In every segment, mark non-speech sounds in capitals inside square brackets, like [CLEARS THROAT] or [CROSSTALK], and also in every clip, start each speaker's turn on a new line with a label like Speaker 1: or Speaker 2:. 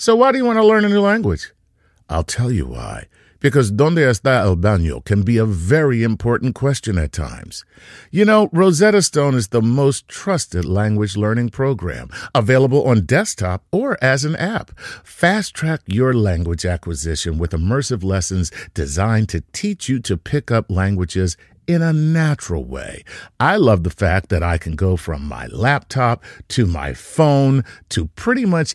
Speaker 1: So why do you want to learn a new language? I'll tell you why. Because donde está el baño can be a very important question at times. You know, Rosetta Stone is the most trusted language learning program, available on desktop or as an app. Fast track your language acquisition with immersive lessons designed to teach you to pick up languages in a natural way. I love the fact that I can go from my laptop to my phone to pretty much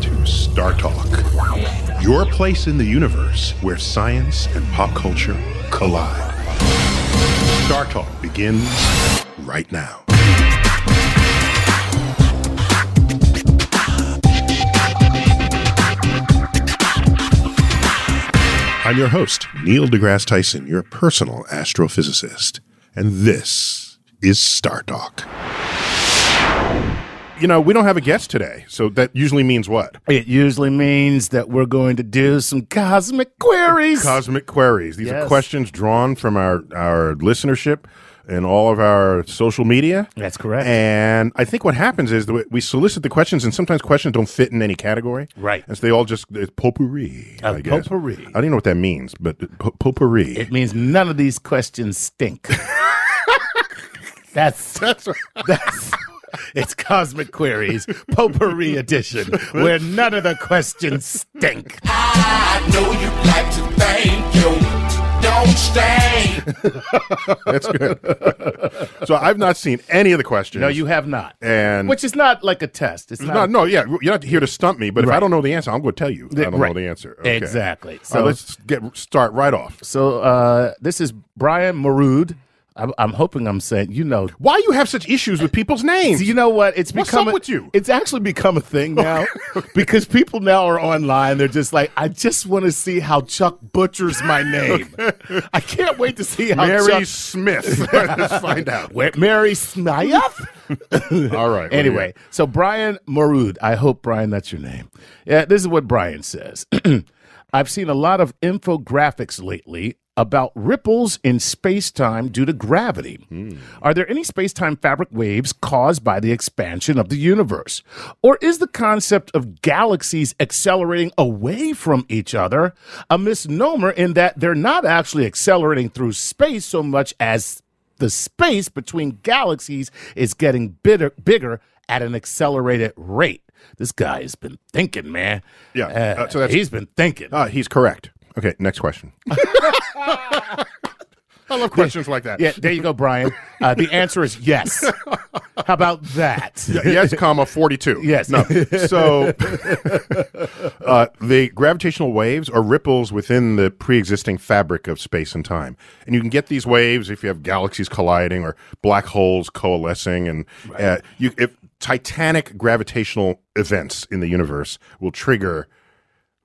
Speaker 2: to Star Talk, your place in the universe where science and pop culture collide. Star Talk begins right now. I'm your host, Neil deGrasse Tyson, your personal astrophysicist, and this is Star Talk. You know, we don't have a guest today, so that usually means what?
Speaker 1: It usually means that we're going to do some cosmic queries.
Speaker 2: Cosmic queries. These are
Speaker 1: Yes.
Speaker 2: questions drawn from our, our listenership and all of our social media.
Speaker 1: That's correct.
Speaker 2: And I think what happens is that we solicit the questions, and sometimes questions don't fit in any category.
Speaker 1: Right.
Speaker 2: And so they all just, it's potpourri.
Speaker 1: A
Speaker 2: I guess.
Speaker 1: potpourri.
Speaker 2: I don't even know what that means, but po- potpourri.
Speaker 1: it [LAUGHS] means none of these questions stink. that's that's that's it's cosmic queries potpourri edition where none of the questions stink.
Speaker 3: I know you like to thank you. Don't stay.
Speaker 2: That's good. so I've not seen any of the questions.
Speaker 1: No, you have not.
Speaker 2: And-
Speaker 1: which is not like a test. It's
Speaker 2: No,
Speaker 1: not.
Speaker 2: no, yeah, you're not here to stump me, but if I
Speaker 1: Right.
Speaker 2: don't know the answer, I'm going to tell you. I don't
Speaker 1: right.
Speaker 2: know the answer.
Speaker 1: Exactly.
Speaker 2: So
Speaker 1: So-
Speaker 2: let's get start right off.
Speaker 1: So uh, this is Brian Marood. I'm, I'm hoping I'm saying you know
Speaker 2: Why you have such issues with people's names?
Speaker 1: Do you know what? It's
Speaker 2: What's
Speaker 1: become
Speaker 2: up
Speaker 1: a-
Speaker 2: with you?
Speaker 1: It's actually become a thing now because people now are online. They're just like, I just want to see how Chuck butchers
Speaker 2: [LAUGHS]
Speaker 1: my name. I can't wait to see how
Speaker 2: Mary
Speaker 1: Chuck
Speaker 2: [LAUGHS] Smith. let's find out.
Speaker 1: where, Mary Smyeth.
Speaker 2: All right. what do you
Speaker 1: anyway,
Speaker 2: got?
Speaker 1: so Brian Marud. I hope Brian, that's your name. Yeah, this is what Brian says. [CLEARS THROAT] I've seen a lot of infographics lately about ripples in space-time due to gravity.
Speaker 2: Hmm.
Speaker 1: Are there any space-time fabric waves caused by the expansion of the universe? Or is the concept of galaxies accelerating away from each other a misnomer in that they're not actually accelerating through space so much as the space between galaxies is getting bitter, bigger at an accelerated rate. This guy has been thinking, man.
Speaker 2: Yeah,
Speaker 1: Uh,
Speaker 2: uh, so that's-
Speaker 1: he's been thinking.
Speaker 2: Uh, he's correct. Okay, next [LAUGHS] question. I love questions like that.
Speaker 1: yeah, there you go, Brian. Uh, the answer is
Speaker 2: [LAUGHS]
Speaker 1: yes. How about that?
Speaker 2: yes, comma forty-two.
Speaker 1: Yes.
Speaker 2: [LAUGHS] No. So, uh, the gravitational waves are ripples within the pre-existing fabric of space and time, and you can get these waves if you have galaxies colliding or black holes coalescing, and uh, you if titanic gravitational events in the universe will trigger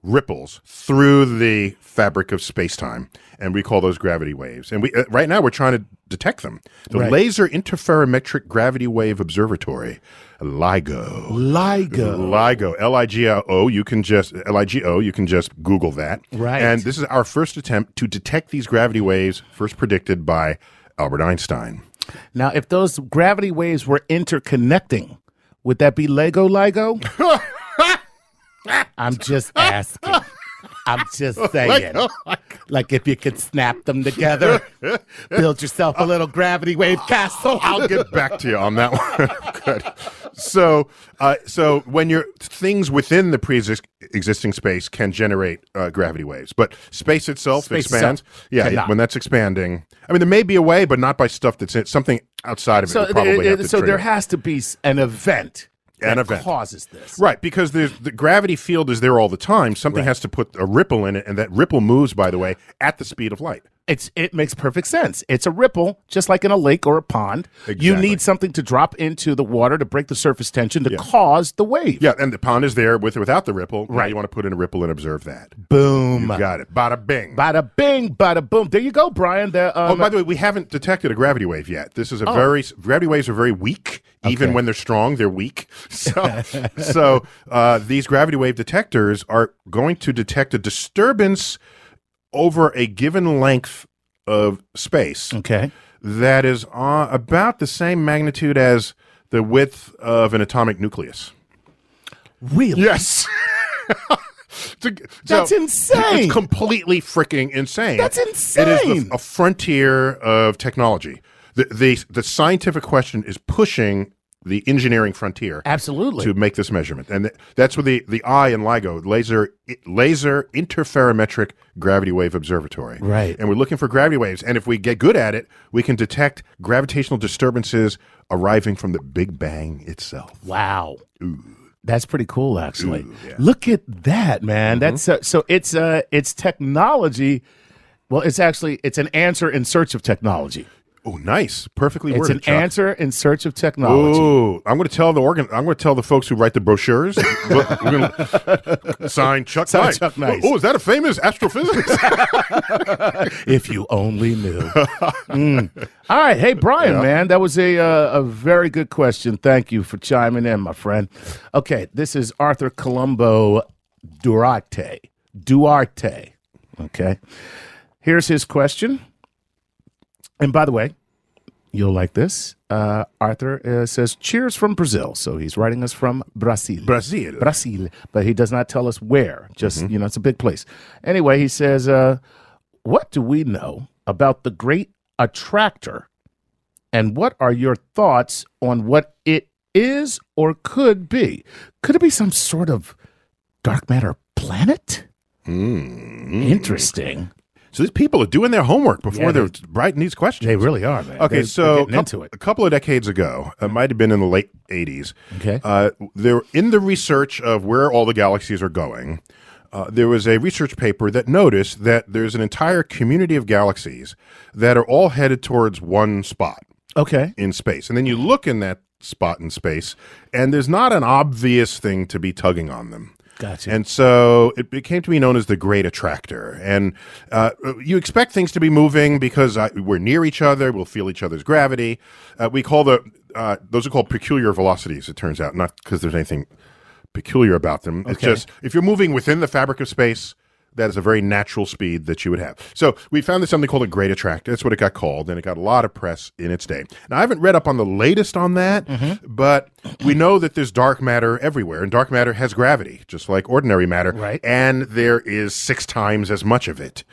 Speaker 2: ripples through the fabric of space-time and we call those gravity waves and we uh, right now we're trying to detect them the
Speaker 1: Right.
Speaker 2: laser interferometric gravity wave observatory ligo
Speaker 1: LIGO.
Speaker 2: LIGO, L I G O O. You can just L I G O. You can just Google that.
Speaker 1: Right.
Speaker 2: And this is our first attempt to detect these gravity waves, first predicted by Albert Einstein.
Speaker 1: Now, if those gravity waves were interconnecting,
Speaker 2: [LAUGHS]
Speaker 1: would that be Lego LIGO? I'm just asking. I'm
Speaker 2: [LAUGHS]
Speaker 1: just saying. Like if you could snap them
Speaker 2: [LAUGHS]
Speaker 1: together, build yourself a little gravity wave castle.
Speaker 2: [LAUGHS] I'll get back to you on that [LAUGHS] one. Good. So, uh, so when your things within the pre-existing space can generate uh, gravity waves, but space itself
Speaker 1: Space
Speaker 2: expands.
Speaker 1: itself
Speaker 2: yeah,
Speaker 1: cannot.
Speaker 2: when that's expanding, I mean, there may be a way, but not by stuff that's in, something outside of it.
Speaker 1: So,
Speaker 2: would probably
Speaker 1: uh,
Speaker 2: have to
Speaker 1: so there
Speaker 2: trigger.
Speaker 1: has to be s- an event
Speaker 2: An
Speaker 1: that
Speaker 2: event.
Speaker 1: causes this.
Speaker 2: Right, because there's, the gravity field is there all the time. Something has to put a ripple in it, and that ripple moves, by the way, at the speed of light.
Speaker 1: It's it makes perfect sense. It's a ripple, just like in a lake or a pond. You
Speaker 2: Exactly.
Speaker 1: need something to drop into the water to break the surface tension to cause the wave.
Speaker 2: Yeah, and the pond is there with or without the ripple. Now
Speaker 1: Right.
Speaker 2: you want to put in a ripple and observe that.
Speaker 1: Boom.
Speaker 2: Got it. Bada bing.
Speaker 1: Bada bing, bada boom. There you go, Brian. The,
Speaker 2: Oh,
Speaker 1: um,
Speaker 2: by the way, we haven't detected a gravity wave yet. This is a very gravity waves are very weak. Even when they're strong, they're weak. [LAUGHS] So, so uh, these gravity wave detectors are going to detect a disturbance over a given length of space
Speaker 1: okay.
Speaker 2: that is uh, about the same magnitude as the width of an atomic nucleus.
Speaker 1: Really?
Speaker 2: [LAUGHS] Yes. It's a-
Speaker 1: That's insane.
Speaker 2: It's completely freaking insane.
Speaker 1: That's
Speaker 2: It is
Speaker 1: insane.
Speaker 2: the, a frontier of technology. The, the the scientific question is pushing the engineering frontier
Speaker 1: Absolutely.
Speaker 2: to make this measurement, and th- that's what the the I in LIGO laser i- laser interferometric gravity wave observatory.
Speaker 1: Right.
Speaker 2: and we're looking for gravity waves, and if we get good at it, we can detect gravitational disturbances arriving from the Big Bang itself.
Speaker 1: Wow. That's pretty cool, actually. Look at that, man.
Speaker 2: Mm-hmm.
Speaker 1: That's uh, so. It's uh, it's technology. Well, it's actually it's an answer in search of technology.
Speaker 2: Oh, nice, perfectly
Speaker 1: It's
Speaker 2: worded.
Speaker 1: an
Speaker 2: Chuck.
Speaker 1: answer in search of technology.
Speaker 2: Ooh, I'm going to tell the organ. I'm going to tell the folks who write the brochures. we're going
Speaker 1: [LAUGHS]
Speaker 2: to sign Chuck
Speaker 1: Sign
Speaker 2: Nice.
Speaker 1: Chuck Nice.
Speaker 2: Oh, is that a famous
Speaker 1: [LAUGHS]
Speaker 2: astrophysicist?
Speaker 1: If you only knew. Mm. All right, hey Brian, man, that was a uh, a very good question. Thank you for chiming in, my friend. Okay, this is Arthur Colombo Duarte. Duarte. Okay, here's his question. And by the way, you'll like this. Uh, Arthur uh, says, "Cheers from Brazil." So he's writing us from Brazil.
Speaker 2: Brazil.
Speaker 1: Brazil, but he does not tell us where. Just, you know, it's a big place. Anyway, he says, uh, What do we know about the great attractor? And what are your thoughts on what it is or could be? Could it be some sort of dark matter planet?
Speaker 2: Hmm.
Speaker 1: Interesting.
Speaker 2: so these people are doing their homework before they're writing these questions.
Speaker 1: They really are, man.
Speaker 2: Okay,
Speaker 1: They're-
Speaker 2: so
Speaker 1: they're
Speaker 2: a
Speaker 1: getting
Speaker 2: coup-
Speaker 1: into it.
Speaker 2: a couple of decades ago, it might have been in the late '80s.
Speaker 1: Okay.
Speaker 2: uh, there in the research of where all the galaxies are going, uh, there was a research paper that noticed that there's an entire community of galaxies that are all headed towards one spot.
Speaker 1: Okay.
Speaker 2: in space. And then you look in that spot in space, and there's not an obvious thing to be tugging on them.
Speaker 1: Gotcha.
Speaker 2: And so it became to be known as the Great Attractor. And uh, you expect things to be moving because uh, we're near each other, we'll feel each other's gravity. Uh, we call the uh, those are called peculiar velocities. It turns out not because there's anything peculiar about them. It's just if you're moving within the fabric of space, that is a very natural speed that you would have. So we found this something called a great attractor. That's what it got called, and it got a lot of press in its day. Now I haven't read up on the latest on that,
Speaker 1: Mm-hmm.
Speaker 2: but we know that there's dark matter everywhere, and dark matter has gravity, just like ordinary matter.
Speaker 1: Right.
Speaker 2: And there is six times as much of it.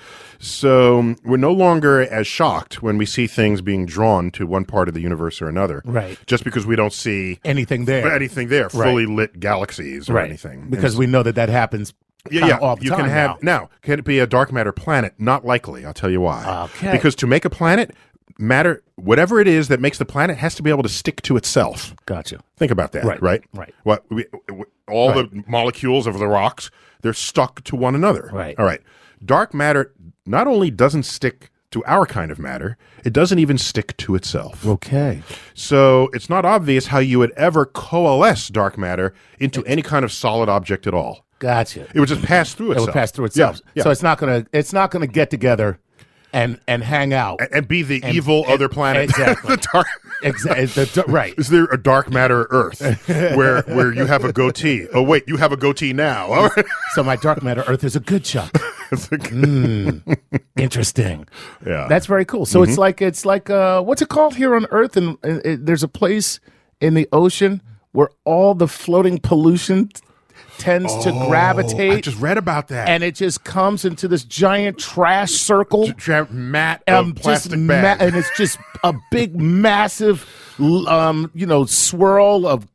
Speaker 2: So we're no longer as shocked when we see things being drawn to one part of the universe or another.
Speaker 1: Right.
Speaker 2: Just because we don't see
Speaker 1: Anything there.
Speaker 2: anything there, fully lit galaxies or
Speaker 1: Right.
Speaker 2: anything.
Speaker 1: Because we know that that happens
Speaker 2: Yeah,
Speaker 1: kinda
Speaker 2: yeah.
Speaker 1: all the
Speaker 2: you
Speaker 1: time
Speaker 2: can have
Speaker 1: now.
Speaker 2: now. Can it be a dark matter planet? Not likely. I'll tell you why.
Speaker 1: Okay.
Speaker 2: Because to make a planet, matter whatever it is that makes the planet has to be able to stick to itself.
Speaker 1: Gotcha.
Speaker 2: Think about that.
Speaker 1: Right,
Speaker 2: Right.
Speaker 1: right.
Speaker 2: What we, w- all the molecules of the rocks they're stuck to one another.
Speaker 1: Right.
Speaker 2: All right. Dark matter not only doesn't stick to our kind of matter, it doesn't even stick to itself.
Speaker 1: Okay.
Speaker 2: So it's not obvious how you would ever coalesce dark matter into any kind of solid object at all.
Speaker 1: Gotcha.
Speaker 2: It would just pass
Speaker 1: it
Speaker 2: through itself.
Speaker 1: will pass through
Speaker 2: Yeah,
Speaker 1: itself.
Speaker 2: yeah.
Speaker 1: So it's not gonna it's not gonna get together and and hang out.
Speaker 2: A- and be the evil other planet. [LAUGHS]
Speaker 1: exactly.
Speaker 2: The dark-
Speaker 1: exactly. Right.
Speaker 2: Is there a dark matter Earth where where you have a goatee? Oh wait, you have a goatee now. [LAUGHS] All right.
Speaker 1: So my dark matter Earth is a good
Speaker 2: [LAUGHS]
Speaker 1: chunk. Hmm. Interesting.
Speaker 2: Yeah. Mm-hmm.
Speaker 1: That's very cool. So it's like it's like uh, what's it called here on Earth? And, and it, there's a place in the ocean where all the floating pollution tends to gravitate.
Speaker 2: Oh, I just read about that.
Speaker 1: and it just comes into this giant trash circle.
Speaker 2: Tra- mat
Speaker 1: Um,
Speaker 2: of
Speaker 1: just
Speaker 2: plastic
Speaker 1: ma-
Speaker 2: bag.
Speaker 1: and it's just a big, massive, l- um, you know, swirl of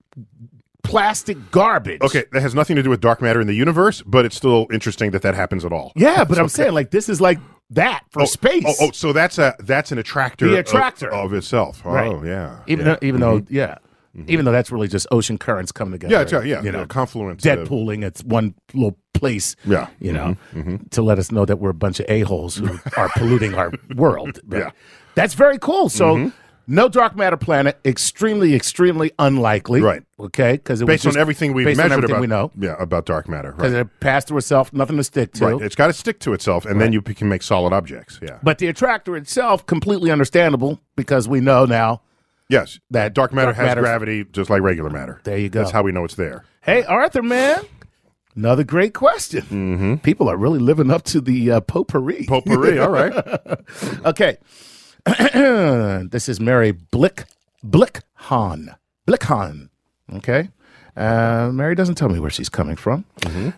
Speaker 1: plastic garbage.
Speaker 2: okay, that has nothing to do with dark matter in the universe, but it's still interesting that that happens at all.
Speaker 1: Yeah, but I'm saying like this is like that for
Speaker 2: Oh,
Speaker 1: space.
Speaker 2: Oh, oh, so that's a that's an attractor.
Speaker 1: The
Speaker 2: of-
Speaker 1: attractor.
Speaker 2: of, itself. Oh,
Speaker 1: Right.
Speaker 2: yeah.
Speaker 1: even
Speaker 2: yeah.
Speaker 1: though, even though yeah, even though that's really just ocean currents coming together.
Speaker 2: Mm-hmm. yeah, it's a- yeah,
Speaker 1: you know,
Speaker 2: a confluence. of-
Speaker 1: Deadpooling at one little place.
Speaker 2: Yeah. Mm-hmm.
Speaker 1: you know, to let us know that we're a bunch of a holes
Speaker 2: [LAUGHS]
Speaker 1: who are polluting our world. But
Speaker 2: Yeah. Mm-hmm.
Speaker 1: that's very cool. So. No dark matter planet, extremely, extremely unlikely.
Speaker 2: Right.
Speaker 1: Okay, because
Speaker 2: based on everything we've
Speaker 1: based
Speaker 2: measured
Speaker 1: on everything
Speaker 2: about,
Speaker 1: we know,
Speaker 2: Yeah, about dark matter.
Speaker 1: because
Speaker 2: Right.
Speaker 1: it passed through itself, nothing to stick to.
Speaker 2: Right. It's got to stick to itself, and then you p- can make solid objects. Yeah.
Speaker 1: But the attractor itself, completely understandable, because we know now
Speaker 2: yes,
Speaker 1: that
Speaker 2: dark matter
Speaker 1: dark
Speaker 2: has
Speaker 1: matter's-
Speaker 2: gravity just like regular matter.
Speaker 1: There you go.
Speaker 2: That's how we know it's there.
Speaker 1: Hey, Arthur, man. Another great question.
Speaker 2: Mm-hmm.
Speaker 1: People are really living up to the uh, potpourri.
Speaker 2: Potpourri.
Speaker 1: [LAUGHS]
Speaker 2: all right.
Speaker 1: okay. [CLEARS THROAT] this is Mary Blick Blickhan. Blickhan. Okay. Uh, Mary doesn't tell me where she's coming from.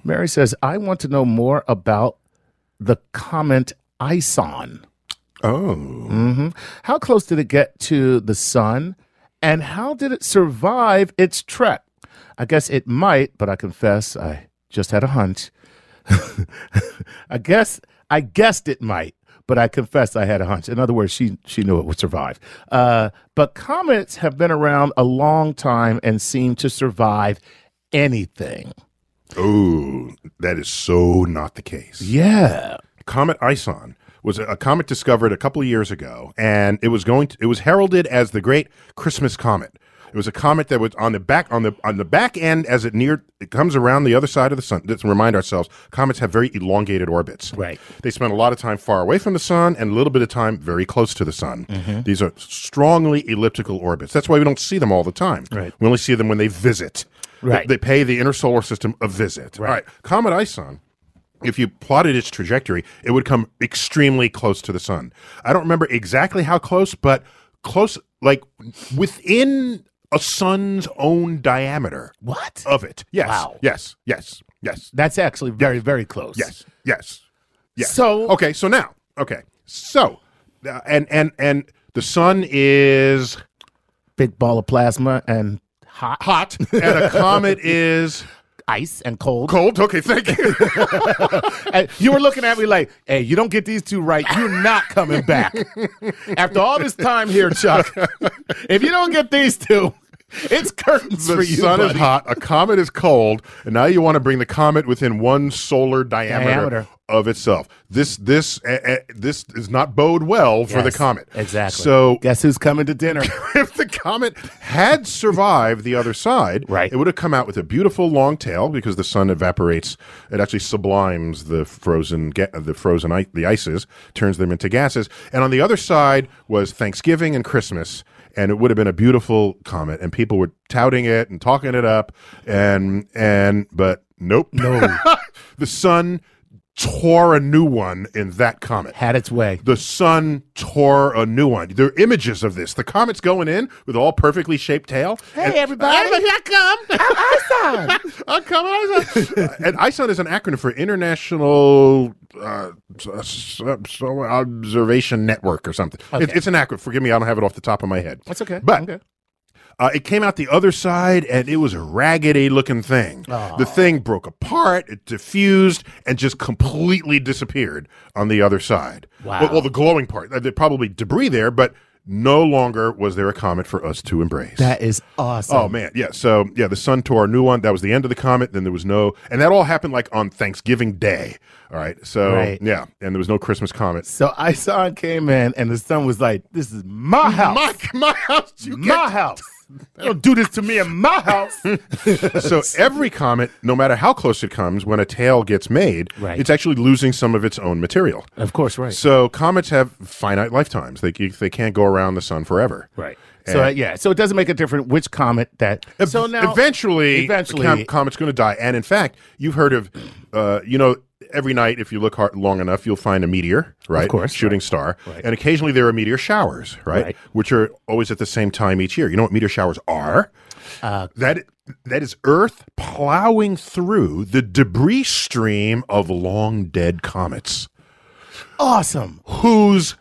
Speaker 1: Mary says, I want to know more about the comment ISON.
Speaker 2: Oh,
Speaker 1: Mm-hmm. How close did it get to the sun? And how did it survive its trek? I guess it might, but I confess I just had a hunch. [LAUGHS] I guess I guessed it might, but I confess I had a hunch. In other words, she she knew it would survive. Uh, but comets have been around a long time and seem to survive anything.
Speaker 2: oh, that is so not the case.
Speaker 1: Yeah.
Speaker 2: Comet Ison was a, a comet discovered a couple of years ago, and it was going. To, it was heralded as the Great Christmas Comet. It was a comet that was on the back on the on the back end as it neared. It comes around the other side of the sun. Let's remind ourselves: comets have very elongated orbits.
Speaker 1: Right.
Speaker 2: They spend a lot of time far away from the sun and a little bit of time very close to the sun.
Speaker 1: Mm-hmm.
Speaker 2: These are strongly elliptical orbits. That's why we don't see them all the time.
Speaker 1: Right.
Speaker 2: We only see them when they visit.
Speaker 1: Right.
Speaker 2: They, they pay the inner solar system a visit. All right. Comet Ison if you plotted its trajectory, it would come extremely close to the sun. I don't remember exactly how close, but close, like within a sun's own diameter
Speaker 1: What?
Speaker 2: of it. Yes.
Speaker 1: Wow.
Speaker 2: Yes. Yes. Yes.
Speaker 1: That's actually very, very close.
Speaker 2: Yes. Yes. Yes.
Speaker 1: So-
Speaker 2: okay. So now, okay. So, uh, and and and the sun is
Speaker 1: Big ball of plasma and hot,
Speaker 2: hot, and
Speaker 1: [LAUGHS]
Speaker 2: a comet is
Speaker 1: ice and cold.
Speaker 2: cold. Okay. Thank you.
Speaker 1: And you were looking at me like, hey, you don't get these two right, you're not [LAUGHS] coming back. After all this time here,
Speaker 2: [LAUGHS]
Speaker 1: Chuck, if you don't get these two, it's curtains for
Speaker 2: the
Speaker 1: you.
Speaker 2: sun
Speaker 1: buddy.
Speaker 2: is hot, a comet is cold, and now you want to bring the comet within one solar diameter,
Speaker 1: Diameter.
Speaker 2: of itself. This this uh, uh, this is not bode well for the
Speaker 1: Yes,
Speaker 2: comet.
Speaker 1: Exactly.
Speaker 2: So
Speaker 1: guess who's coming to dinner?
Speaker 2: [LAUGHS] if the comet had survived the other side,
Speaker 1: Right.
Speaker 2: it would have come out with a beautiful long tail because the sun evaporates. It actually sublimes the frozen ga- uh, the frozen I- the ices, turns them into gases. And on the other side was Thanksgiving and Christmas. And it would have been a beautiful comet, and people were touting it and talking it up, and and but nope, no, [LAUGHS] the sun tore a new one in that comet
Speaker 1: Had its way.
Speaker 2: the sun tore a new one. There are images of this. The comet's going in with all perfectly shaped tail. Hey,
Speaker 1: everybody. Ah,
Speaker 2: here I come. I'm Ison. I'm coming, Ison. and Ison is an acronym for International uh, S- S- Observation Network or something. It- it's an acronym. Forgive me, I don't have it off the top of my head.
Speaker 1: That's okay.
Speaker 2: But
Speaker 1: Okay.
Speaker 2: uh, it came out the other side, and it was a raggedy looking thing. The thing broke apart, it diffused, and just completely disappeared on the other side.
Speaker 1: Wow.
Speaker 2: Well, well, the glowing part. Uh, There probably debris there, but no longer was there a comet for us to embrace.
Speaker 1: That is awesome.
Speaker 2: Oh man, yeah. So yeah, the sun tore a new one. That was the end of the comet. Then there was no, and that all happened like on Thanksgiving Day. All right, so
Speaker 1: Right.
Speaker 2: yeah, and there was no Christmas comet.
Speaker 1: So Ison came in and the sun was like, this is my house.
Speaker 2: My, [LAUGHS] my house, you
Speaker 1: my house. [LAUGHS] Don't do this to me in my house.
Speaker 2: so every comet, no matter how close it comes, when a tail gets made,
Speaker 1: Right.
Speaker 2: it's actually losing some of its own material.
Speaker 1: of course, right.
Speaker 2: So comets have finite lifetimes; they they can't go around the sun forever.
Speaker 1: Right. So uh, yeah, so it doesn't make a difference which comet that.
Speaker 2: Ev-
Speaker 1: so now
Speaker 2: eventually,
Speaker 1: eventually,
Speaker 2: the com- comet's going to die. And in fact, you've heard of, uh, you know, every night if you look hard, long enough, you'll find a meteor, right? Of
Speaker 1: course.
Speaker 2: shooting star. And occasionally there are meteor showers, right?
Speaker 1: Right.
Speaker 2: Which are always at the same time each year. You know what meteor showers are?
Speaker 1: Uh,
Speaker 2: that that is Earth plowing through the debris stream of long dead comets,
Speaker 1: Awesome.
Speaker 2: whose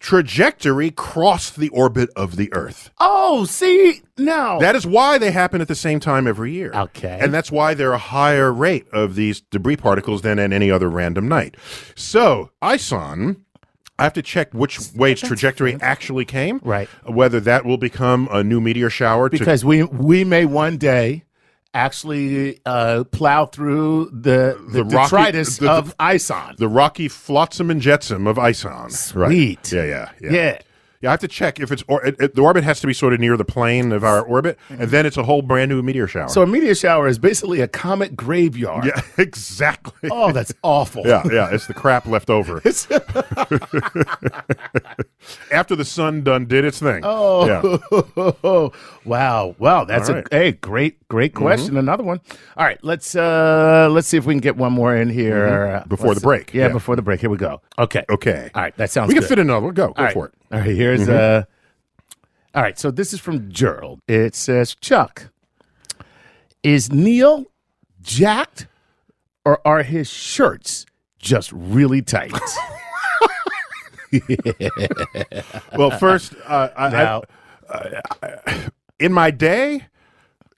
Speaker 2: trajectory crossed the orbit of the Earth.
Speaker 1: Oh, see now.
Speaker 2: That is why they happen at the same time every year.
Speaker 1: Oh. Okay.
Speaker 2: And that's why there are a higher rate of these debris particles than at any other random night. So, ISON, I have to check which way its trajectory actually came.
Speaker 1: Right.
Speaker 2: Whether that will become a new meteor shower. to-
Speaker 1: because we we may one day actually uh, plow through the the,
Speaker 2: The rocky-
Speaker 1: detritus
Speaker 2: the- the-
Speaker 1: of Ison.
Speaker 2: the rocky flotsam and jetsam of ISON.
Speaker 1: Sweet.
Speaker 2: Yeah, yeah, yeah.
Speaker 1: Yeah.
Speaker 2: Yeah, I have to check if it's or, it, it- the orbit has to be sort of near the plane of our orbit, and then it's a whole brand new meteor shower.
Speaker 1: So a meteor shower is basically a comet graveyard.
Speaker 2: [LAUGHS] yeah, exactly.
Speaker 1: Oh, that's awful.
Speaker 2: Yeah, yeah, it's the crap left over.
Speaker 1: [LAUGHS]
Speaker 2: [LAUGHS] After the sun done did its thing. Oh, yeah.
Speaker 1: [LAUGHS] wow. Wow. That's
Speaker 2: All right. Mm-hmm.
Speaker 1: a hey, great, great question. Another one. All right. Let's uh let's see if we can get one more in here. Uh,
Speaker 2: Mm-hmm. Before
Speaker 1: let's-
Speaker 2: the break.
Speaker 1: Yeah,
Speaker 2: Yeah.
Speaker 1: before the break. Here we go. Okay.
Speaker 2: Okay.
Speaker 1: All right, that sounds
Speaker 2: We can
Speaker 1: good.
Speaker 2: fit another one. Go, go
Speaker 1: All right.
Speaker 2: for it. Mm-hmm.
Speaker 1: All right, here's uh All right, so this is from Gerald. It says, "Chuck, is Neil jacked or are his shirts just really tight?"
Speaker 2: Well,
Speaker 1: [LAUGHS]
Speaker 2: first, uh, [LAUGHS] I, I,
Speaker 1: now,
Speaker 2: in my day,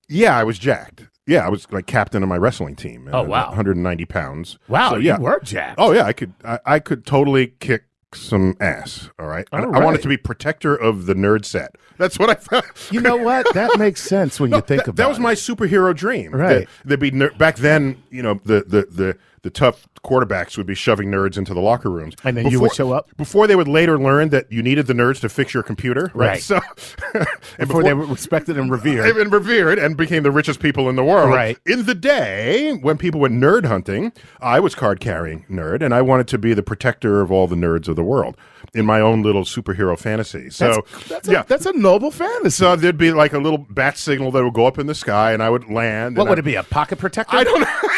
Speaker 2: yeah, I was jacked. Yeah, I was like captain of my wrestling team.
Speaker 1: Oh,
Speaker 2: Uh,
Speaker 1: wow.
Speaker 2: 190 pounds.
Speaker 1: wow,
Speaker 2: So, yeah.
Speaker 1: you were jacked.
Speaker 2: Oh yeah, I could. I, I could totally kick some ass. All right. And
Speaker 1: All
Speaker 2: I wanted
Speaker 1: right.
Speaker 2: to be protector of the nerd set. That's what I [LAUGHS] found.
Speaker 1: You know what? That makes sense
Speaker 2: [LAUGHS]
Speaker 1: when you think about
Speaker 2: that, that was
Speaker 1: it.
Speaker 2: my superhero dream.
Speaker 1: Right.
Speaker 2: That, would be ner- back then. You know, the the the the tough quarterbacks would be shoving nerds into the locker rooms,
Speaker 1: And then you would show up?
Speaker 2: before they would later learn that you needed the nerds to fix your computer.
Speaker 1: Right.
Speaker 2: So, [LAUGHS] and
Speaker 1: before, they were respected and revered.
Speaker 2: and revered and became the richest people in the world.
Speaker 1: Right.
Speaker 2: In the day when people went nerd hunting, I was card carrying nerd and I wanted to be the protector of all the nerds of the world in my own little superhero fantasy. So
Speaker 1: that's,
Speaker 2: yeah.
Speaker 1: a, that's a noble fantasy.
Speaker 2: so there'd be like a little bat signal that would go up in the sky and I would land.
Speaker 1: what
Speaker 2: and
Speaker 1: would
Speaker 2: I-
Speaker 1: it be? A pocket protector?
Speaker 2: I don't know.
Speaker 1: [LAUGHS]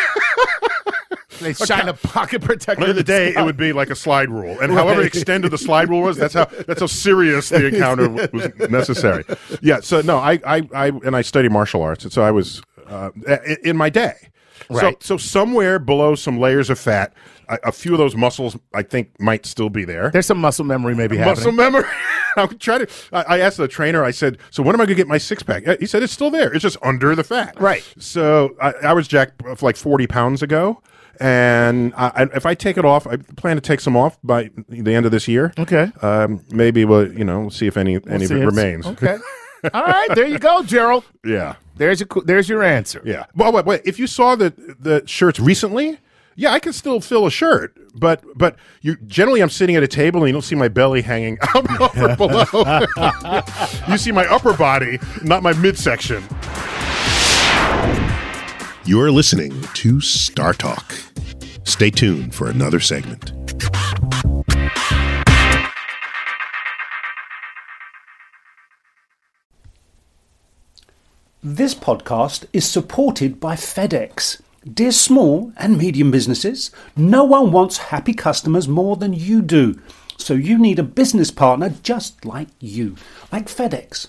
Speaker 1: they shine a pocket protector.
Speaker 2: At the
Speaker 1: in
Speaker 2: end of the day,
Speaker 1: sky.
Speaker 2: it would be like a slide rule, and however extended the slide rule was, that's how that's how serious
Speaker 1: [LAUGHS]
Speaker 2: the encounter w- was necessary. Yeah. So no, I I, I and I study martial arts, and so I was uh, i- in my day.
Speaker 1: Right.
Speaker 2: So, so somewhere below some layers of fat, a, a few of those muscles I think might still be there.
Speaker 1: There's some muscle memory maybe
Speaker 2: Muscle
Speaker 1: happening.
Speaker 2: memory. [LAUGHS] I'm trying to. I I asked the trainer. I said, "So when am I going to get my six pack?" Uh, He said, "It's still there. It's just under the fat."
Speaker 1: Right.
Speaker 2: So I, I was jacked uh, like 40 pounds ago, and I, I- if I take it off, I plan to take some off by the end of this year.
Speaker 1: Okay.
Speaker 2: Um, maybe we'll you know we'll see if any any of
Speaker 1: Uh, See,
Speaker 2: it
Speaker 1: it's- [LAUGHS]
Speaker 2: remains.
Speaker 1: Okay. All right, there you go, Gerald.
Speaker 2: [LAUGHS] Yeah.
Speaker 1: There's your qu- there's your answer.
Speaker 2: Yeah. Well, wait, wait. If you saw the the shirts recently, yeah, I can still fill a shirt, but but you generally I'm sitting at a table and you don't see my belly hanging [LAUGHS] out over below. [LAUGHS] you see my upper body, not my midsection.
Speaker 4: You're listening to Star Talk. Stay tuned for another segment.
Speaker 5: This podcast is supported by FedEx. Dear small and medium businesses, no one wants happy customers more than you do. So you need a business partner just like you, like FedEx,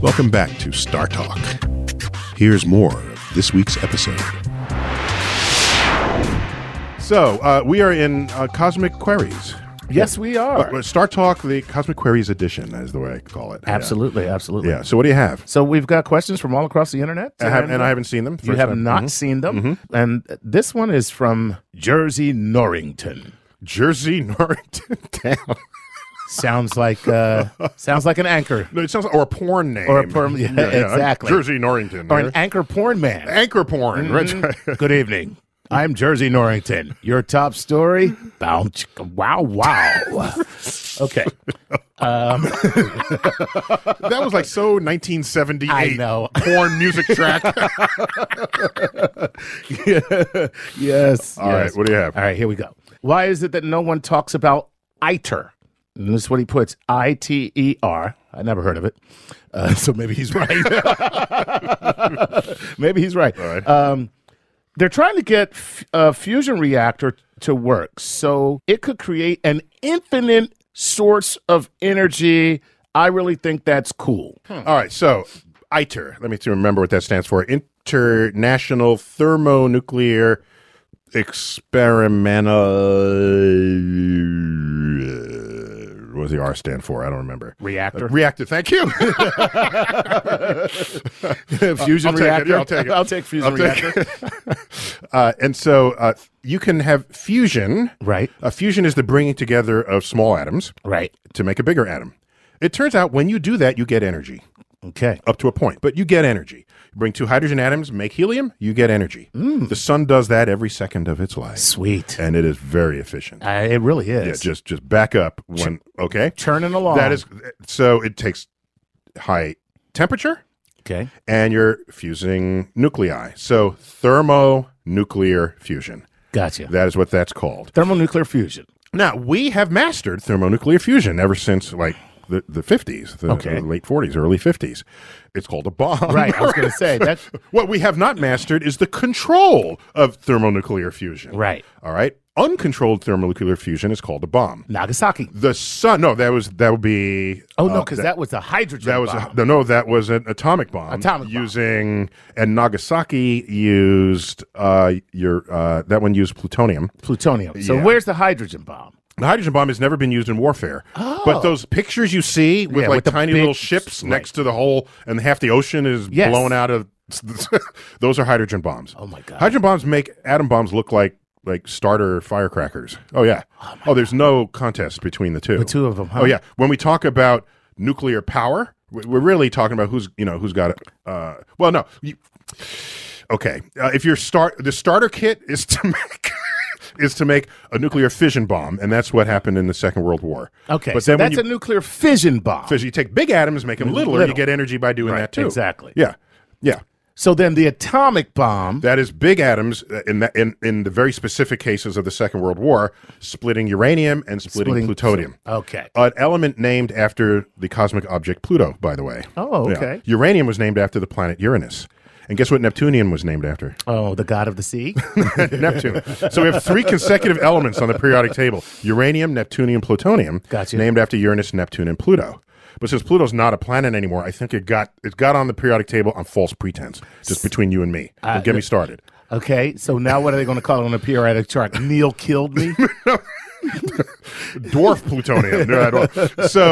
Speaker 4: Welcome back to Star Talk. Here's more of this week's episode.
Speaker 2: So uh, we are in uh, Cosmic Queries.
Speaker 1: Yes, we are.
Speaker 2: Uh, Star Talk, the Cosmic Queries edition, is the way I call it. Yeah.
Speaker 1: Absolutely, absolutely.
Speaker 2: Yeah. So what do you have?
Speaker 1: So we've got questions from all across the internet,
Speaker 2: I have, and I haven't seen them.
Speaker 1: You
Speaker 2: First
Speaker 1: have
Speaker 2: time.
Speaker 1: not
Speaker 2: Mhm.
Speaker 1: seen them, and this one is from Jersey Norrington.
Speaker 2: Jersey [LAUGHS] Norrington Town.
Speaker 1: Sounds like
Speaker 2: [LAUGHS]
Speaker 1: uh, sounds like an anchor
Speaker 2: No, it sounds like, or a porn name.
Speaker 1: Or a porn-
Speaker 2: [LAUGHS]
Speaker 1: yeah, exactly.
Speaker 2: Jersey Norrington.
Speaker 1: or an Mm-hmm.
Speaker 2: yeah.
Speaker 1: anchor porn man.
Speaker 2: anchor porn. Right. [LAUGHS]
Speaker 1: Good evening. I'm Jersey Norrington. Your top story? Bounce. Wow,
Speaker 2: [LAUGHS]
Speaker 1: wow. Okay.
Speaker 2: that was like so 1978.
Speaker 1: I know.
Speaker 2: Porn music
Speaker 1: [LAUGHS]
Speaker 2: track. All
Speaker 1: Yes. All
Speaker 2: right. What do you have?
Speaker 1: All right, here we go. Why is it that no one talks about ITER? And this is what he puts I T E R. I never heard of it. Uh, [LAUGHS] so maybe he's right. maybe he's right.
Speaker 2: right.
Speaker 1: Um, they're trying to get f- a fusion reactor to work so it could create an infinite source of energy. I really think that's cool.
Speaker 2: All right. So ITER. Let me see, remember what that stands for. International Thermonuclear Experimental. What does the R stand for? I don't remember.
Speaker 1: Reactor.
Speaker 2: Uh, reactor.
Speaker 1: [LAUGHS]
Speaker 2: Thank you.
Speaker 1: fusion
Speaker 2: I'll take it.
Speaker 1: reactor.
Speaker 2: Yeah, I'll take
Speaker 1: [LAUGHS]
Speaker 2: it.
Speaker 1: I'll take fusion
Speaker 2: I'll take
Speaker 1: reactor.
Speaker 2: [LAUGHS] uh, and so uh, you can have fusion.
Speaker 1: Right.
Speaker 2: Uh, fusion is the bringing together of small atoms
Speaker 1: Right.
Speaker 2: to make a bigger atom. It turns out when you do that, you get energy.
Speaker 1: Okay.
Speaker 2: up to a point, but you get energy. You bring two hydrogen atoms, make helium, you get energy. The sun does that every second of its life,
Speaker 1: Mm. Sweet.
Speaker 2: and it is very efficient.
Speaker 1: Uh, it really is.
Speaker 2: Yeah, just just back up when okay.
Speaker 1: turning along.
Speaker 2: That is so it takes high temperature,
Speaker 1: okay.
Speaker 2: and you're fusing nuclei. So thermonuclear fusion.
Speaker 1: Gotcha.
Speaker 2: That is what that's called.
Speaker 1: Thermonuclear fusion.
Speaker 2: Now we have mastered thermonuclear fusion ever since like the the fifties, the,
Speaker 1: Okay.
Speaker 2: the late forties, early fifties. It's called a bomb.
Speaker 1: Right. I was going to say that.
Speaker 2: [LAUGHS] What we have not mastered is the control of thermonuclear fusion.
Speaker 1: Right.
Speaker 2: All right. Uncontrolled thermonuclear fusion is called a bomb.
Speaker 1: Nagasaki.
Speaker 2: The sun. No, that was that would be.
Speaker 1: Oh no,
Speaker 2: uh,
Speaker 1: because that was a hydrogen.
Speaker 2: that was
Speaker 1: bomb.
Speaker 2: a, no, that was an atomic bomb.
Speaker 1: Atomic bomb.
Speaker 2: using and Nagasaki used uh your uh that one used plutonium.
Speaker 1: plutonium. So
Speaker 2: Yeah.
Speaker 1: where's the hydrogen bomb?
Speaker 2: The hydrogen bomb has never been used in warfare. But those pictures you see with
Speaker 1: Oh. Yeah,
Speaker 2: like
Speaker 1: with the
Speaker 2: tiny
Speaker 1: big-
Speaker 2: little ships
Speaker 1: right.
Speaker 2: next to the hole and half the ocean is
Speaker 1: Yes.
Speaker 2: blown out of [LAUGHS] those are hydrogen bombs.
Speaker 1: Oh, my God.
Speaker 2: Hydrogen bombs make atom bombs look like like starter firecrackers. Oh yeah. Oh, there's no contest between the two. The
Speaker 1: two of 'em, huh?
Speaker 2: Oh yeah. When we talk about nuclear power, we- we're really talking about who's, you know, who's got a uh well no, you, okay uh, if your start the starter kit is to [LAUGHS] make is to make a nuclear fission bomb and that's what happened in the second world war
Speaker 1: Okay,
Speaker 2: but
Speaker 1: so
Speaker 2: then when
Speaker 1: that's
Speaker 2: [LAUGHS] you,
Speaker 1: a nuclear fission bomb.
Speaker 2: so you take big atoms make them littler
Speaker 1: Little.
Speaker 2: you get energy by doing
Speaker 1: Right,
Speaker 2: that too
Speaker 1: exactly.
Speaker 2: yeah yeah
Speaker 1: So then the atomic bomb.
Speaker 2: that is big atoms uh, in that in, in the very specific cases of the second world war splitting uranium and splitting,
Speaker 1: Splitting- oh.
Speaker 2: plutonium Uh,
Speaker 1: Okay.
Speaker 2: an element named after the cosmic object Pluto, by the way.
Speaker 1: Oh,
Speaker 2: Yeah.
Speaker 1: okay.
Speaker 2: Uranium was named after the planet Uranus. And guess what Neptunium was named after?
Speaker 1: Oh, the god of the
Speaker 2: [LAUGHS]
Speaker 1: sea.
Speaker 2: Neptune. So we have three consecutive elements on the periodic table: uranium, neptunium, plutonium.
Speaker 1: Gotcha.
Speaker 2: Named after Uranus, Neptune, and Pluto. But since Pluto's not a planet anymore, I think it got it got on Uh, the periodic table on false pretense, just between you and me. Don't get me started.
Speaker 1: Okay, so now what are they going to call it on a periodic chart? Neil killed
Speaker 2: [LAUGHS]
Speaker 1: me.
Speaker 2: Dwarf plutonium. [LAUGHS] No, I don't- so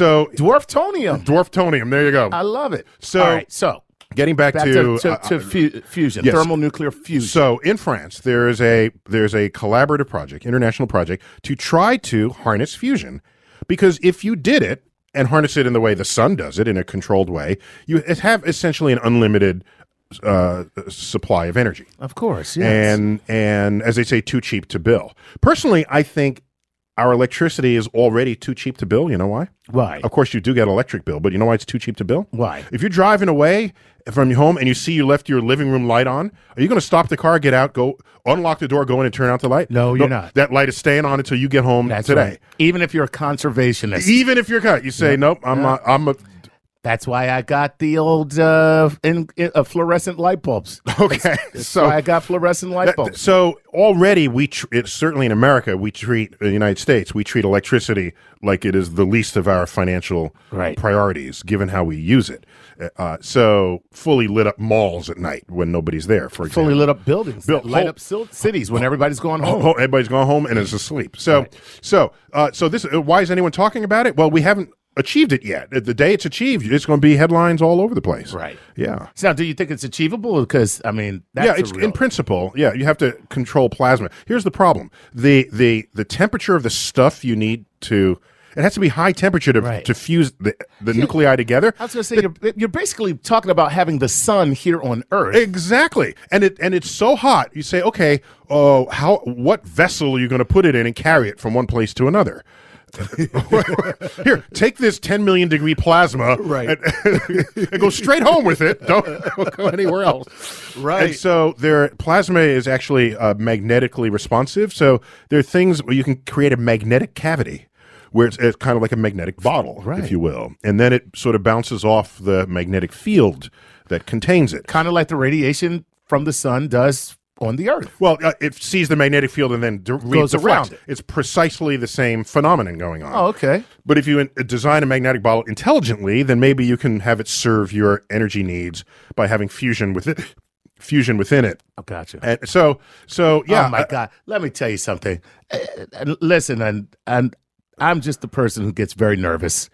Speaker 2: so
Speaker 1: Dwarftonium.
Speaker 2: dwarftonium. There you go.
Speaker 1: I love it.
Speaker 2: So-
Speaker 1: all right, so
Speaker 2: Getting Uh, back,
Speaker 1: back to,
Speaker 2: to,
Speaker 1: to,
Speaker 2: uh,
Speaker 1: to fu- fusion,
Speaker 2: yes.
Speaker 1: thermal nuclear fusion.
Speaker 2: So in France, there is a there's a collaborative project, international project, to try to harness fusion, because if you did it and harness it in the way the sun does it in a controlled way, you have essentially an unlimited uh, supply of energy,
Speaker 1: of course, yes.
Speaker 2: and and as they say, too cheap to bill. Personally, I think our electricity is already too cheap to bill. You know why?
Speaker 1: why?
Speaker 2: Of course, you do get electric bill, but you know why it's too cheap to bill?
Speaker 1: Why?
Speaker 2: If you're driving away from your home and you see you left your living room light on, are you going to stop the car, get out, go unlock the door, go in and turn out the light?
Speaker 1: No, you're not.
Speaker 2: That light is staying on until you get home
Speaker 1: That's
Speaker 2: today. E-
Speaker 1: right. Even if you're a conservationist,
Speaker 2: Even if you're cut, you say, nope, I'm not. I'm a,
Speaker 1: that's why I got the old uh, in, in, uh, fluorescent light bulbs.
Speaker 2: okay. [LAUGHS]
Speaker 1: so I got fluorescent light
Speaker 2: That-
Speaker 1: bulbs.
Speaker 2: so already we tr- it, certainly in America we treat in the United States we treat electricity like it is the least of our financial
Speaker 1: Right.
Speaker 2: priorities given how we use it. Uh, so fully lit up malls at night when nobody's there, for example.
Speaker 1: fully lit up buildings,
Speaker 2: Built
Speaker 1: that light
Speaker 2: whole-
Speaker 1: up sil- cities when everybody's going home.
Speaker 2: Oh, everybody's gone home and is asleep. So, so, uh, so this. Uh, why is anyone talking about it? Well, we haven't achieved it yet. The day it's achieved, it's going to be headlines all over the place.
Speaker 1: Right.
Speaker 2: Yeah.
Speaker 1: So now, do you think it's achievable? Because I mean, that's
Speaker 2: yeah, it's in principle. Yeah, you have to control plasma. Here's the problem: the the the temperature of the stuff you need to it has to be high temperature to,
Speaker 1: Right.
Speaker 2: to fuse the, the nuclei together.
Speaker 1: I was going to say you're, you're basically talking about having the sun here on Earth.
Speaker 2: Exactly, and it and it's so hot. You say, okay, oh, how what vessel are you going to put it in and carry it from one place to another? [LAUGHS] Here, take this 10 million degree plasma,
Speaker 1: Right.
Speaker 2: and, and go straight home with it. Don't, [LAUGHS] don't go anywhere else.
Speaker 1: Right.
Speaker 2: And so their plasma is actually uh, magnetically responsive. So there are things where you can create a magnetic cavity. Where it's, it's kind of like a magnetic bottle, if you will, and then it sort of bounces off the magnetic field that contains it.
Speaker 1: kind of like the radiation from the sun does on the Earth.
Speaker 2: Well, uh, it sees the magnetic field and then de-
Speaker 1: Goes
Speaker 2: deflects
Speaker 1: around it.
Speaker 2: It's precisely the same phenomenon going on.
Speaker 1: Oh, okay.
Speaker 2: But if you in- design a magnetic bottle intelligently, then maybe you can have it serve your energy needs by having fusion with it, fusion within it.
Speaker 1: Oh, gotcha.
Speaker 2: And so, so yeah,
Speaker 1: oh my
Speaker 2: I-
Speaker 1: God! Let me tell you something. Uh, and listen, and and I'm just the person who gets very nervous.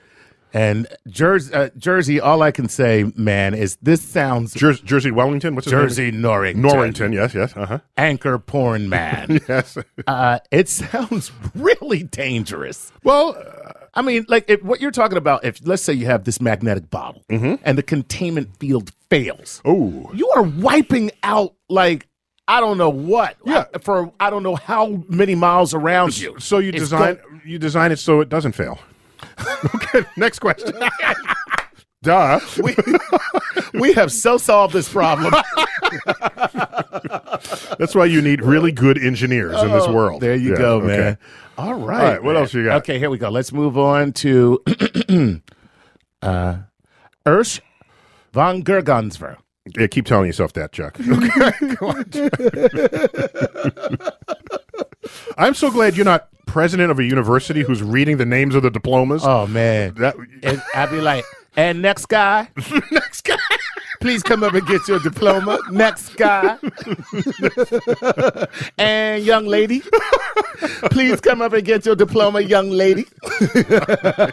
Speaker 1: And Jersey, uh, Jersey, all I can say, man, is this sounds
Speaker 2: Jer- Jersey Wellington. What's his
Speaker 1: Jersey Norrington,
Speaker 2: name? Norrington. Yes, yes. Uh huh.
Speaker 1: anchor porn
Speaker 2: [LAUGHS]
Speaker 1: man.
Speaker 2: Yes.
Speaker 1: uh, it [LAUGHS] sounds really dangerous. uh,
Speaker 2: well,
Speaker 1: I mean, like if, what you're talking about. If let's say you have this magnetic bottle and the containment field fails,
Speaker 2: Oh.
Speaker 1: you are wiping out like I don't know what.
Speaker 2: Yeah.
Speaker 1: I- for I don't know how many miles around you.
Speaker 2: so you
Speaker 1: It's
Speaker 2: design you design it so it doesn't fail. [LAUGHS] okay. Next question. [LAUGHS] Duh.
Speaker 1: [LAUGHS] We have so solved this problem.
Speaker 2: That's why you need really good engineers in this world.
Speaker 1: there you
Speaker 2: Yeah,
Speaker 1: go,
Speaker 2: okay.
Speaker 1: man. [LAUGHS] All right.
Speaker 2: All right, what
Speaker 1: man.
Speaker 2: else you got?
Speaker 1: Okay, here we go. Let's move on to [CLEARS THROAT] uh, Ursh von Gergansver.
Speaker 2: Yeah, keep telling yourself that, Chuck. [LAUGHS] Okay, go on, Chuck. [LAUGHS] I'm so glad you're not president of a university who's reading the names of the diplomas.
Speaker 1: Oh man,
Speaker 2: That-
Speaker 1: and I'd be like, and next guy, [LAUGHS] next guy, please come up and get your diploma. Next [LAUGHS] guy, and young lady, please come up and get your diploma, young lady. [LAUGHS]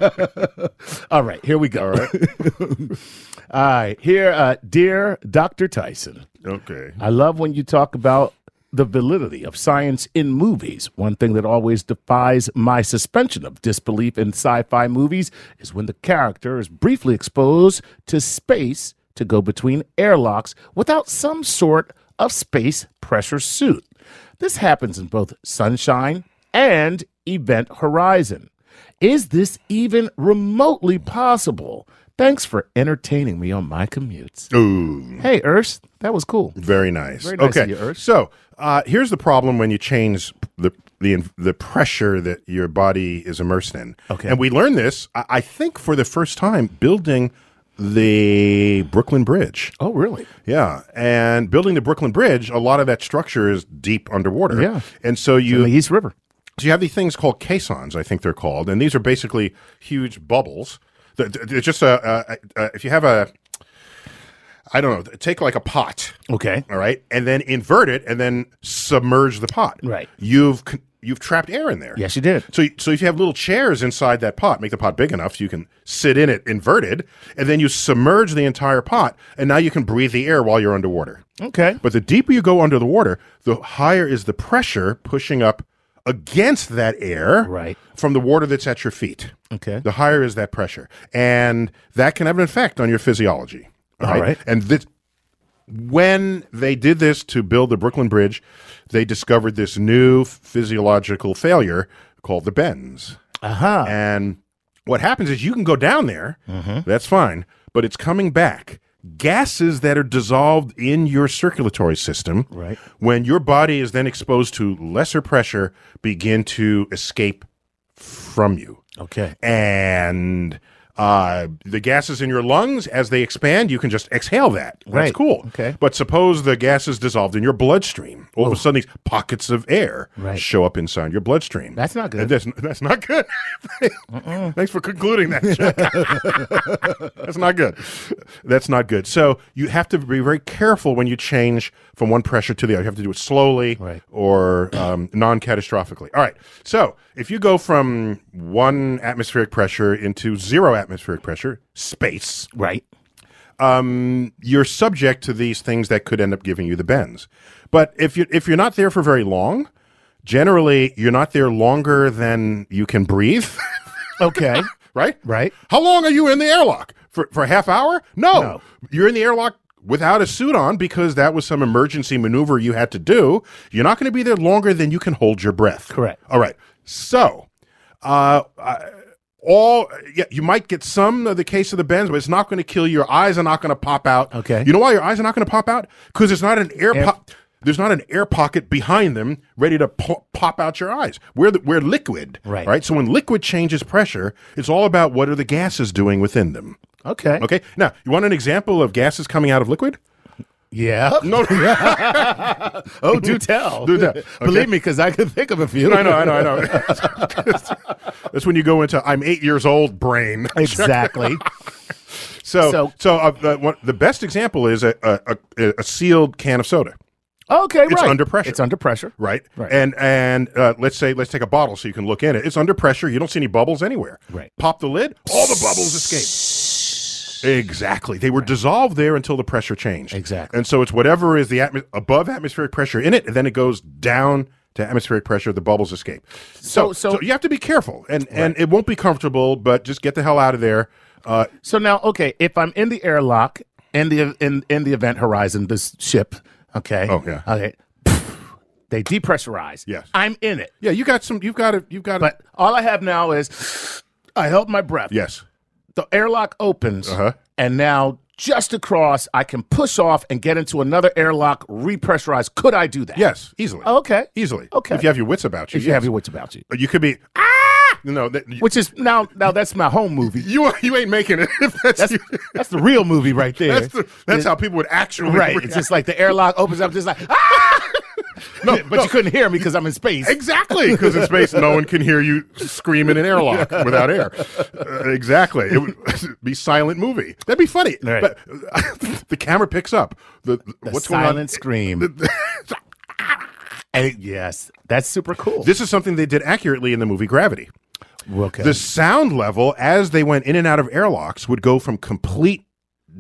Speaker 1: All right, here we go. All right, [LAUGHS] All right here, uh, dear Doctor Tyson.
Speaker 2: okay.
Speaker 1: I love when you talk about the validity of science in movies. One thing that always defies my suspension of disbelief in sci fi movies is when the character is briefly exposed to space to go between airlocks without some sort of space pressure suit. This happens in both Sunshine and Event Horizon. Is this even remotely possible? Thanks for entertaining me on my commutes.
Speaker 2: Ooh,
Speaker 1: Hey, Urs, that was cool.
Speaker 2: very nice.
Speaker 1: Very nice
Speaker 2: okay.
Speaker 1: of you, Ursh.
Speaker 2: so uh, here's the problem when you change the the the pressure that your body is immersed in.
Speaker 1: Okay.
Speaker 2: And we learned this, I, I think, for the first time building the Brooklyn Bridge.
Speaker 1: Oh, really?
Speaker 2: Yeah, and building the Brooklyn Bridge, a lot of that structure is deep underwater.
Speaker 1: Yeah.
Speaker 2: and so you
Speaker 1: the East River.
Speaker 2: so you have these things called caissons, I think they're called, and these are basically uh, huge bubbles. They're- They're just a, a, a if you have a I don't know, take like a pot,
Speaker 1: Okay.
Speaker 2: all right, and then invert it, and then submerge the pot.
Speaker 1: Right.
Speaker 2: You've con- you've trapped air in there.
Speaker 1: Yes, you did.
Speaker 2: So, so if you have little chairs inside that pot, make the pot big enough so you can sit in it inverted, and then you submerge the entire pot, and now you can breathe the air while you're underwater.
Speaker 1: Okay.
Speaker 2: But the deeper you go under the water, the higher is the pressure pushing up against that air
Speaker 1: Right.
Speaker 2: from the water that's at your feet.
Speaker 1: Okay.
Speaker 2: The higher is that pressure, and that can have an effect on your physiology.
Speaker 1: All right.
Speaker 2: And this, when they did this to build the Brooklyn Bridge, they discovered this new physiological failure called the bends.
Speaker 1: Aha.
Speaker 2: And what happens is you can go down there,
Speaker 1: Mm-hmm.
Speaker 2: that's fine, but it's coming back. Gases that are dissolved in your circulatory system,
Speaker 1: Right.
Speaker 2: when your body is then exposed to lesser pressure, begin to escape from you.
Speaker 1: Okay.
Speaker 2: And uh, the gases in your lungs, as they expand, you can just exhale that. That's
Speaker 1: Right.
Speaker 2: cool.
Speaker 1: Okay. Oh.
Speaker 2: But suppose the gas is dissolved in your bloodstream. All of a sudden, these pockets of air
Speaker 1: Right.
Speaker 2: show up inside your bloodstream.
Speaker 1: That's not good.
Speaker 2: And That's, that's not good. [LAUGHS] Thanks for concluding that.
Speaker 1: [LAUGHS]
Speaker 2: Chuck. that's not good. That's not good. So you have to be very careful when you change from one pressure to the other. You have to do it slowly
Speaker 1: Right.
Speaker 2: or um, non catastrophically. All right. So if you go from one atmospheric pressure into zero atmospheric pressure, space,
Speaker 1: Right.
Speaker 2: you're subject to these things that could end up giving you the bends. But if you if you're not there for very long, generally you're not there longer than you can breathe, [LAUGHS]
Speaker 1: Okay.
Speaker 2: right?
Speaker 1: Right.
Speaker 2: How long are you in the airlock? For for a half hour? No.
Speaker 1: No.
Speaker 2: You're in the airlock without a suit on because that was some emergency maneuver you had to do. You're not going to be there longer than you can hold your breath.
Speaker 1: Correct.
Speaker 2: All right. So, uh, I- all yeah, you might get some of the case of the bends, but it's not going to kill you. Your eyes are not going to pop out.
Speaker 1: Okay.
Speaker 2: You know why your eyes are not going to pop out? Because there's not an air,
Speaker 1: Air-
Speaker 2: po- There's not an air pocket behind them ready to po- pop out your eyes. We're the, we're liquid,
Speaker 1: Right.
Speaker 2: Right. So when liquid changes pressure, it's all about what are the gases doing within them.
Speaker 1: [LAUGHS] Okay.
Speaker 2: Okay. Now, you want an example of gases coming out of liquid?
Speaker 1: Yeah.
Speaker 2: No.
Speaker 1: Oh, [LAUGHS] do tell.
Speaker 2: Do tell. Okay.
Speaker 1: Believe me, because I could think of a few.
Speaker 2: I know,
Speaker 1: [LAUGHS]
Speaker 2: I know, I know. [LAUGHS] That's when you go into I'm eight years old brain.
Speaker 1: Exactly.
Speaker 2: So, so,
Speaker 1: So-
Speaker 2: uh, uh, one, the best example is a, a, a, a sealed can of soda,
Speaker 1: [LAUGHS] okay.
Speaker 2: It's
Speaker 1: right.
Speaker 2: under pressure.
Speaker 1: It's under pressure.
Speaker 2: right?
Speaker 1: Right.
Speaker 2: And and uh, let's say let's take a bottle so you can look in it. It's under pressure. You don't see any bubbles anywhere.
Speaker 1: Right.
Speaker 2: Pop the lid. All the bubbles escape. Exactly. They were dissolved there until the pressure changed.
Speaker 1: Exactly.
Speaker 2: And so it's whatever is the atmo- above atmospheric pressure in it, and then it goes down to atmospheric pressure. The bubbles escape. So so,
Speaker 1: So- so-
Speaker 2: you have to be careful, and and it won't be comfortable, but just get the hell out of there. Uh,
Speaker 1: So now, okay, if I'm in the airlock in the in in the event horizon, this ship, okay,
Speaker 2: Oh, yeah.
Speaker 1: okay, they depressurize.
Speaker 2: Yes.
Speaker 1: I'm in it,
Speaker 2: yeah, you got some. You've got to. You've got.
Speaker 1: but all I have now is I held my breath.
Speaker 2: yes.
Speaker 1: the airlock opens,
Speaker 2: Uh-huh.
Speaker 1: and now just across, I can push off and get into another airlock, repressurize. Could I do that? Oh,
Speaker 2: Yes, easily.
Speaker 1: Okay.
Speaker 2: Easily.
Speaker 1: Okay.
Speaker 2: If you have your wits about you.
Speaker 1: If you have
Speaker 2: yes.
Speaker 1: your wits about you,
Speaker 2: You could be, ah! No, that, you,
Speaker 1: which is now now that's my home
Speaker 2: [LAUGHS]
Speaker 1: movie.
Speaker 2: you, you ain't making it. [LAUGHS] If that's,
Speaker 1: That's [LAUGHS]
Speaker 2: you-
Speaker 1: that's the real movie right there.
Speaker 2: that's, the, that's how people would actually
Speaker 1: Right,
Speaker 2: react.
Speaker 1: it's just like [LAUGHS] the airlock opens up, just like ah!
Speaker 2: [LAUGHS] No,
Speaker 1: [LAUGHS] but you couldn't hear me because I'm in space.
Speaker 2: Exactly, because in space, no one can hear you scream in an
Speaker 1: [LAUGHS]
Speaker 2: airlock without air. Uh, exactly, it would [LAUGHS] be silent movie. That'd be funny,
Speaker 1: Right.
Speaker 2: but uh, [LAUGHS] the camera picks up the, what's going on.
Speaker 1: silent scream. And it- yes, that's super cool.
Speaker 2: [LAUGHS] This is something they did accurately in the movie Gravity.
Speaker 1: okay.
Speaker 2: The sound level as they went in and out of airlocks would go from complete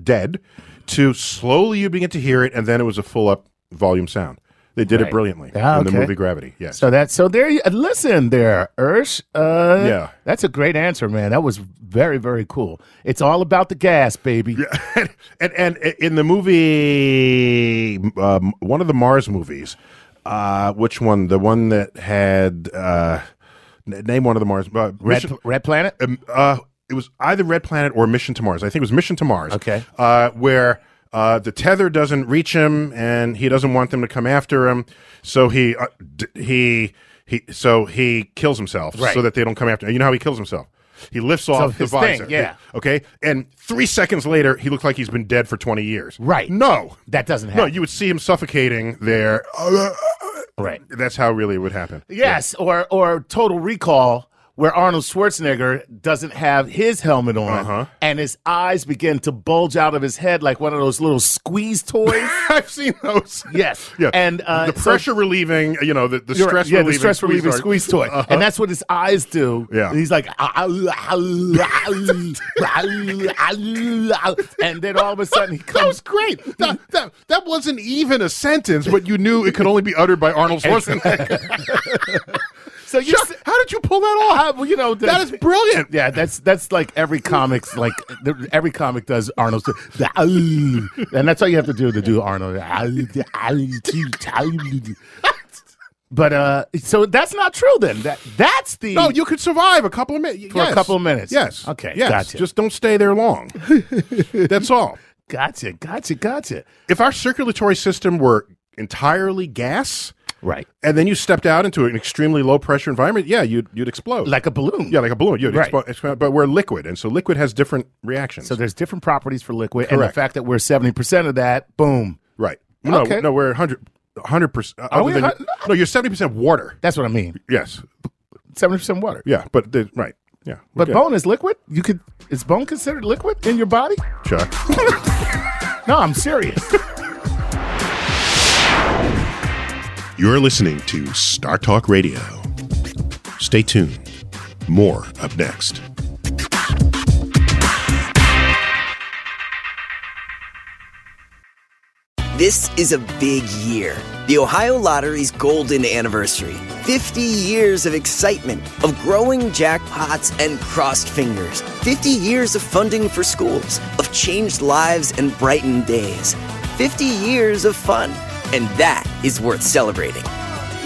Speaker 2: dead to slowly you begin to hear it, and then it was a full up volume sound. They did it
Speaker 1: Right.
Speaker 2: brilliantly
Speaker 1: Ah,
Speaker 2: in the
Speaker 1: okay.
Speaker 2: movie Gravity. Yes.
Speaker 1: so that so there you listen there, Ursh. Uh,
Speaker 2: Yeah.
Speaker 1: that's a great answer, man. That was very very cool. It's all about the gas, baby.
Speaker 2: [LAUGHS] and, and and in the movie, um, one of the Mars movies, uh, which one? The one that had uh, n- name one of the Mars. Uh,
Speaker 1: Red,
Speaker 2: Mission-
Speaker 1: Red Planet.
Speaker 2: um, uh, it was either Red Planet or Mission to Mars. I think it was Mission to Mars.
Speaker 1: Okay.
Speaker 2: Uh, where uh, the tether doesn't reach him, and he doesn't want them to come after him, so he uh, d- he he so he kills himself
Speaker 1: Right.
Speaker 2: so that they don't come after. him. You know how he kills himself? He lifts off the
Speaker 1: his thing,
Speaker 2: visor.
Speaker 1: yeah.
Speaker 2: Okay. And three seconds later, he looked like he's been dead for twenty years.
Speaker 1: Right.
Speaker 2: No.
Speaker 1: That doesn't
Speaker 2: No,
Speaker 1: happen.
Speaker 2: you would see him suffocating there.
Speaker 1: right.
Speaker 2: That's how really it would happen.
Speaker 1: Yes, or or Total Recall where Arnold Schwarzenegger doesn't have his helmet on
Speaker 2: Uh-huh.
Speaker 1: and his eyes begin to bulge out of his head like one of those little squeeze toys.
Speaker 2: [LAUGHS] I've seen those.
Speaker 1: Yes.
Speaker 2: [LAUGHS] Yeah.
Speaker 1: And, uh,
Speaker 2: the
Speaker 1: so-
Speaker 2: pressure relieving, you know, the, the
Speaker 1: You're right.
Speaker 2: stress
Speaker 1: yeah,
Speaker 2: relieving.
Speaker 1: the stress relieving
Speaker 2: art.
Speaker 1: squeeze toy, and that's what his eyes do.
Speaker 2: Yeah.
Speaker 1: and he's like, "Ah, ah, ah, ah, ah, ah," and then all of a sudden he
Speaker 2: That
Speaker 1: comes.
Speaker 2: was great. That, that, that wasn't even a sentence, but you knew it could only be uttered by Arnold [LAUGHS] Schwarzenegger.
Speaker 1: So
Speaker 2: [LAUGHS]
Speaker 1: you, uh,
Speaker 2: Chuck, how did you pull that off?
Speaker 1: well, you know, the-
Speaker 2: That is brilliant. [LAUGHS]
Speaker 1: Yeah, that's that's like every comic's like the- every comic does Arnold, ah, and that's all you have to do to do Arnold. ah, But uh, so that's not true. Then that that's the
Speaker 2: No, you could survive a couple of minutes.
Speaker 1: For a couple of minutes.
Speaker 2: Yes.
Speaker 1: Okay,
Speaker 2: Yes.
Speaker 1: gotcha.
Speaker 2: Just don't stay there [LAUGHS] long. That's all.
Speaker 1: gotcha, gotcha, gotcha.
Speaker 2: If our circulatory system were entirely gas,
Speaker 1: Right,
Speaker 2: and then you stepped out into an extremely low pressure environment, yeah, you'd you'd explode.
Speaker 1: like a balloon.
Speaker 2: yeah, like a balloon. You'd
Speaker 1: Right.
Speaker 2: expo- expo- but we're liquid, and so liquid has different reactions.
Speaker 1: So there's different properties for liquid, and the
Speaker 2: Correct.
Speaker 1: fact that we're seventy percent of that, boom.
Speaker 2: right. No,
Speaker 1: Okay.
Speaker 2: no, we're 100 percent.
Speaker 1: Are we a hun-
Speaker 2: uh, no, you're seventy percent water.
Speaker 1: That's what I mean.
Speaker 2: Yes.
Speaker 1: Seventy percent water.
Speaker 2: Yeah, but the, right. Yeah.
Speaker 1: But
Speaker 2: Okay.
Speaker 1: bone is liquid. You could is bone considered liquid in your body?
Speaker 2: Chuck.
Speaker 1: No, I'm serious.
Speaker 2: [LAUGHS]
Speaker 4: You're listening to Star Talk Radio. Stay tuned. More up next.
Speaker 6: This is a big year. The Ohio Lottery's golden anniversary. 50 years of excitement, of growing jackpots and crossed fingers. 50 years of funding for schools, of changed lives and brightened days. 50 years of fun. And that is worth celebrating.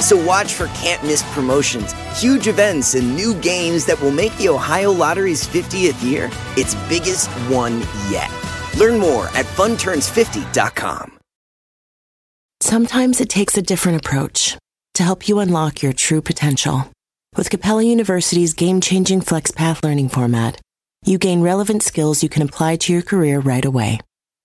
Speaker 6: So watch for can't miss promotions, huge events, and new games that will make the Ohio Lottery's 50th year its biggest one yet. Learn more at funturns50.com.
Speaker 7: Sometimes it takes a different approach to help you unlock your true potential. With Capella University's game changing FlexPath learning format, you gain relevant skills you can apply to your career right away.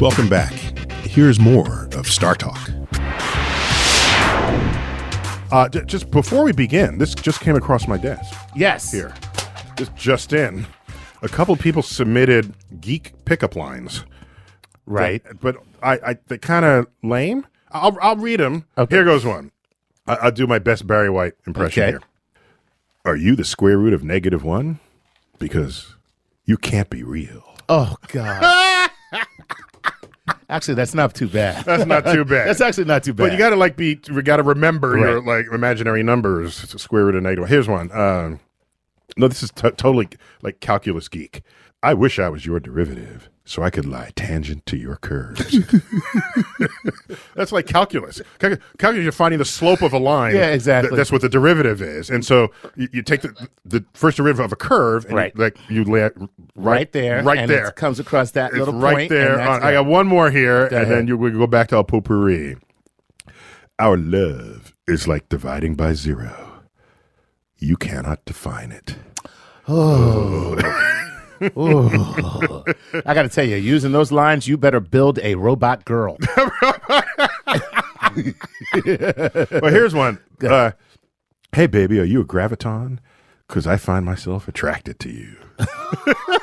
Speaker 4: Welcome back. Here's more of Star Talk.
Speaker 2: Uh, j- just before we begin, this just came across my desk
Speaker 1: Yes.
Speaker 2: here. This just in. A couple people submitted geek pickup lines,
Speaker 1: Right.
Speaker 2: That- but I, I they're kind of lame. I'll, I'll read them.
Speaker 1: Okay.
Speaker 2: Here goes one. I, I'll do my best Barry White impression
Speaker 1: Okay.
Speaker 2: here. Are you the square root of negative one? Because you can't
Speaker 1: [LAUGHS]
Speaker 2: be real.
Speaker 1: Oh God. [LAUGHS] actually, that's not too bad.
Speaker 2: That's not too bad.
Speaker 1: That's actually not too bad.
Speaker 2: But you got to like be you got to remember your
Speaker 1: Right.
Speaker 2: like imaginary numbers. It's a square root of negative. Here's one. Um, no, this is t- totally like calculus geek. I wish I was your derivative so I could lie tangent to your curves. [LAUGHS] that's like calculus. Cal- calculus, you're finding the slope of a line.
Speaker 1: Yeah, exactly.
Speaker 2: Th- that's what the derivative is. And so you, you take the, the first derivative of a curve, and
Speaker 1: Right.
Speaker 2: you, like you lay it r-
Speaker 1: right there.
Speaker 2: right
Speaker 1: and
Speaker 2: there
Speaker 1: It comes across that
Speaker 2: it's
Speaker 1: little
Speaker 2: right
Speaker 1: point,
Speaker 2: there.
Speaker 1: and that's
Speaker 2: Uh, I
Speaker 1: it.
Speaker 2: got one more here, and
Speaker 1: ahead.
Speaker 2: then you we go back to our potpourri. Our love is like dividing by zero. You cannot
Speaker 1: [LAUGHS]
Speaker 2: define it.
Speaker 1: Ooh. I got to tell you, using those lines, you better build a robot
Speaker 2: [LAUGHS]
Speaker 1: girl.
Speaker 2: Well, here's one. Uh, hey, baby, are you a graviton? Because I find myself attracted to you. [LAUGHS]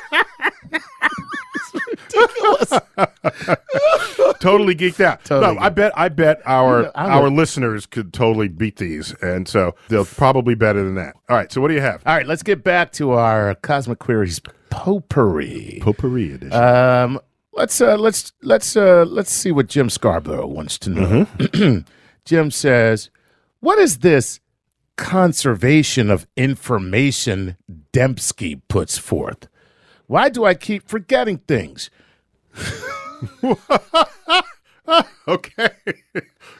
Speaker 2: totally geeked
Speaker 1: [LAUGHS]
Speaker 2: out.
Speaker 1: Totally
Speaker 2: no, I bet. I bet our
Speaker 1: know, I'm
Speaker 2: our
Speaker 1: a-
Speaker 2: listeners could totally beat these, and so they'll probably better than that. All right. So what do you have?
Speaker 1: All right, let's get back to our Cosmic Queries potpourri.
Speaker 2: Potpourri edition.
Speaker 1: Um, Let's uh, let's let's uh, let's see what Jim Scarborough wants to know.
Speaker 2: Mm-hmm.
Speaker 1: [CLEARS THROAT] Jim says, "What is this conservation of information Dembski puts forth? Why do I keep forgetting things?"
Speaker 2: [LAUGHS] Okay.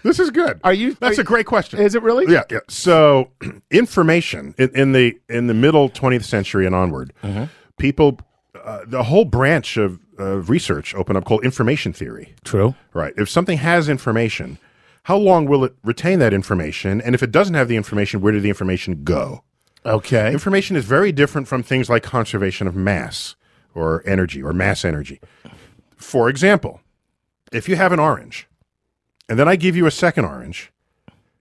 Speaker 2: this is good.
Speaker 1: Are you-
Speaker 2: That's
Speaker 1: are-
Speaker 2: a great question.
Speaker 1: Is it really?
Speaker 2: Yeah, yeah. So [CLEARS THROAT] information in, in the in the middle 20th century and onward,
Speaker 1: Uh-huh.
Speaker 2: people uh, the whole branch of of research opened up called information theory.
Speaker 1: True.
Speaker 2: Right. If something has information, how long will it retain that information? And if it doesn't have the information, where did the information go?
Speaker 1: Okay.
Speaker 2: Information is very different from things like conservation of mass or energy or mass energy. For example, if you have an orange and then I give you a second orange,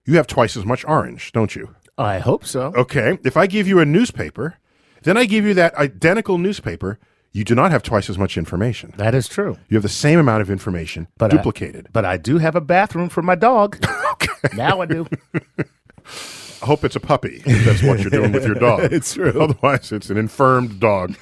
Speaker 2: you have twice as much orange, don't you?
Speaker 1: I hope so.
Speaker 2: Okay. If I give you a newspaper, then I give you that identical newspaper, you do not have twice as much information.
Speaker 1: That is true.
Speaker 2: You have the same amount of information
Speaker 1: But I-
Speaker 2: duplicated. [LAUGHS]
Speaker 1: But I do have a bathroom for my dog. Now I do.
Speaker 2: I hope it's a puppy. if That's what you're doing with your dog. [LAUGHS] it's true. Otherwise, it's an infirmed dog.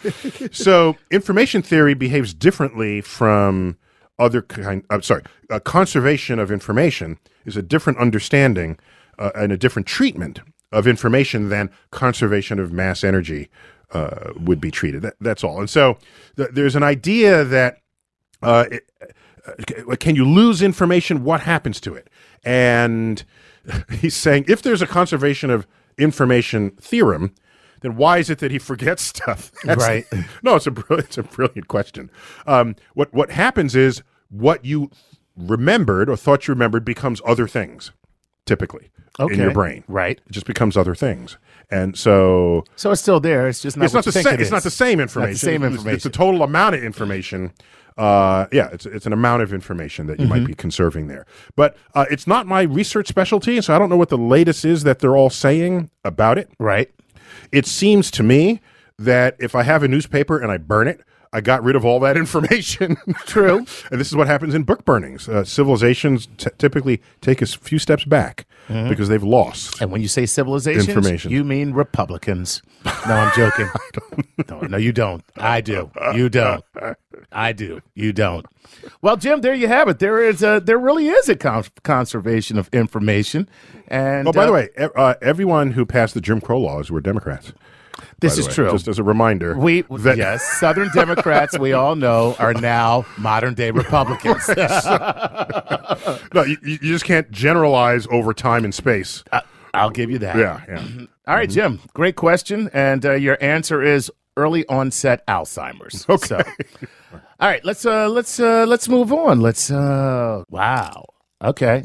Speaker 2: so, information theory behaves differently from other kind. I'm sorry. Uh, conservation of information is a different understanding uh, and a different treatment of information than conservation of mass energy uh, would be treated. That, that's all. And so, th- there's an idea that uh, it- uh, can you lose information? What happens to it? And [LAUGHS] he's saying if there's a conservation of information theorem, then why is it that he [LAUGHS] forgets stuff? That's-
Speaker 1: Right.
Speaker 2: [LAUGHS] no, it's a brilliant, it's a brilliant question. Um, what what happens is what you remembered or thought you remembered becomes other things, typically in your
Speaker 1: Okay.
Speaker 2: brain.
Speaker 1: Right.
Speaker 2: It just becomes other things, and so
Speaker 1: So it's still there. It's just not.
Speaker 2: it's
Speaker 1: what
Speaker 2: not
Speaker 1: you
Speaker 2: the
Speaker 1: think
Speaker 2: same.
Speaker 1: it
Speaker 2: it's not
Speaker 1: is.
Speaker 2: the same information.
Speaker 1: Not the same
Speaker 2: It's-
Speaker 1: information.
Speaker 2: It's, the total amount of information. Uh, yeah, it's it's an amount of information that you
Speaker 1: Mm-hmm.
Speaker 2: might be conserving there. But uh, it's not my research specialty, so I don't know what the latest is that they're all saying about it.
Speaker 1: right.
Speaker 2: It seems to me that if I have a newspaper and I burn it. I got rid of all that [LAUGHS] information. True. [LAUGHS] and this is what happens in book burnings. Uh, civilizations t- typically take a s- few steps back because they've lost.
Speaker 1: Mm-hmm. And when you say civilizations,
Speaker 2: Information.
Speaker 1: you mean Republicans. No, I'm
Speaker 2: [LAUGHS]
Speaker 1: joking. no, no, you don't. I do. You don't. I do. You don't. Well, Jim, there you have it. There is a, there really is a con- conservation of information. And
Speaker 2: Oh, by
Speaker 1: uh,
Speaker 2: the way, e- uh, everyone who passed the Jim Crow laws were Democrats.
Speaker 1: this
Speaker 2: by
Speaker 1: is
Speaker 2: the way,
Speaker 1: true.
Speaker 2: Just as a reminder,
Speaker 1: we
Speaker 2: that-
Speaker 1: yes, Southern Democrats we all know are now modern day
Speaker 2: [LAUGHS]
Speaker 1: Republicans.
Speaker 2: [LAUGHS] no, you, you just can't generalize over time and space.
Speaker 1: Uh, I'll give you that.
Speaker 2: yeah, yeah.
Speaker 1: All right, Jim. Great question, and uh, your answer is early onset Alzheimer's. Okay. all right, let's uh, let's uh, let's move on. Let's. Uh, wow. Okay.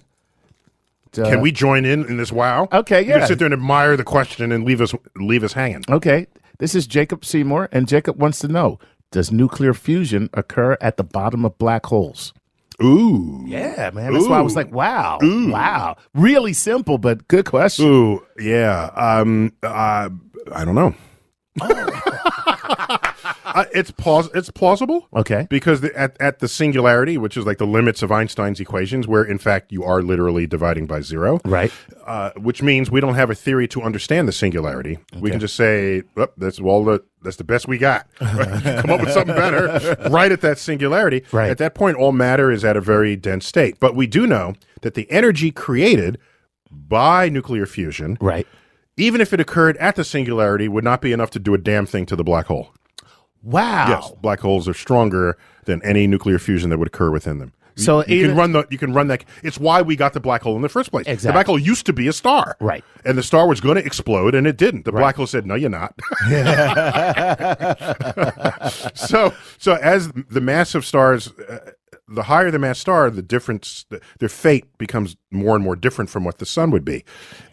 Speaker 1: Uh,
Speaker 2: Can we join in in this? Wow.
Speaker 1: Okay,
Speaker 2: You're
Speaker 1: yeah.
Speaker 2: gonna sit there and admire the question and leave us leave us hanging.
Speaker 1: uh, Okay. This is Jacob Seymour, and Jacob wants to know: Does nuclear fusion occur at the bottom of black holes?
Speaker 2: Ooh.
Speaker 1: Yeah, man. That's why I was like, wow, wow. Really simple, but good question.
Speaker 2: Ooh. Yeah. Um. Uh, I don't know.
Speaker 1: Oh.
Speaker 2: [LAUGHS] uh, it's plaus- It's plausible.
Speaker 1: Okay.
Speaker 2: Because the, at, at the singularity, which is like the limits of Einstein's equations, where in fact you are literally dividing by zero,
Speaker 1: Right.
Speaker 2: uh, which means we don't have a theory to understand the singularity. We can just say, oh, "That's all the that's the best we got." [LAUGHS] Come up with
Speaker 1: [LAUGHS]
Speaker 2: something better, right at that singularity.
Speaker 1: Right.
Speaker 2: At that point, all matter is at a very dense state. But we do know that the energy created by nuclear fusion,
Speaker 1: Right.
Speaker 2: even if it occurred at the singularity, would not be enough to do a damn thing to the black hole.
Speaker 1: Wow.
Speaker 2: Yes, black holes are stronger than any nuclear fusion that would occur within them. You-
Speaker 1: So
Speaker 2: you,
Speaker 1: either-
Speaker 2: can run the you can run that. It's why we got the black hole in the first place. The
Speaker 1: Exactly.
Speaker 2: black hole used to be a star,
Speaker 1: Right.
Speaker 2: And the star was going to explode, and it didn't. The black hole said, "No,
Speaker 1: [LAUGHS]
Speaker 2: you're not." [LAUGHS] so, so as the mass of stars, uh, the higher the mass star, the difference, the, their fate becomes more and more different from what the sun would be.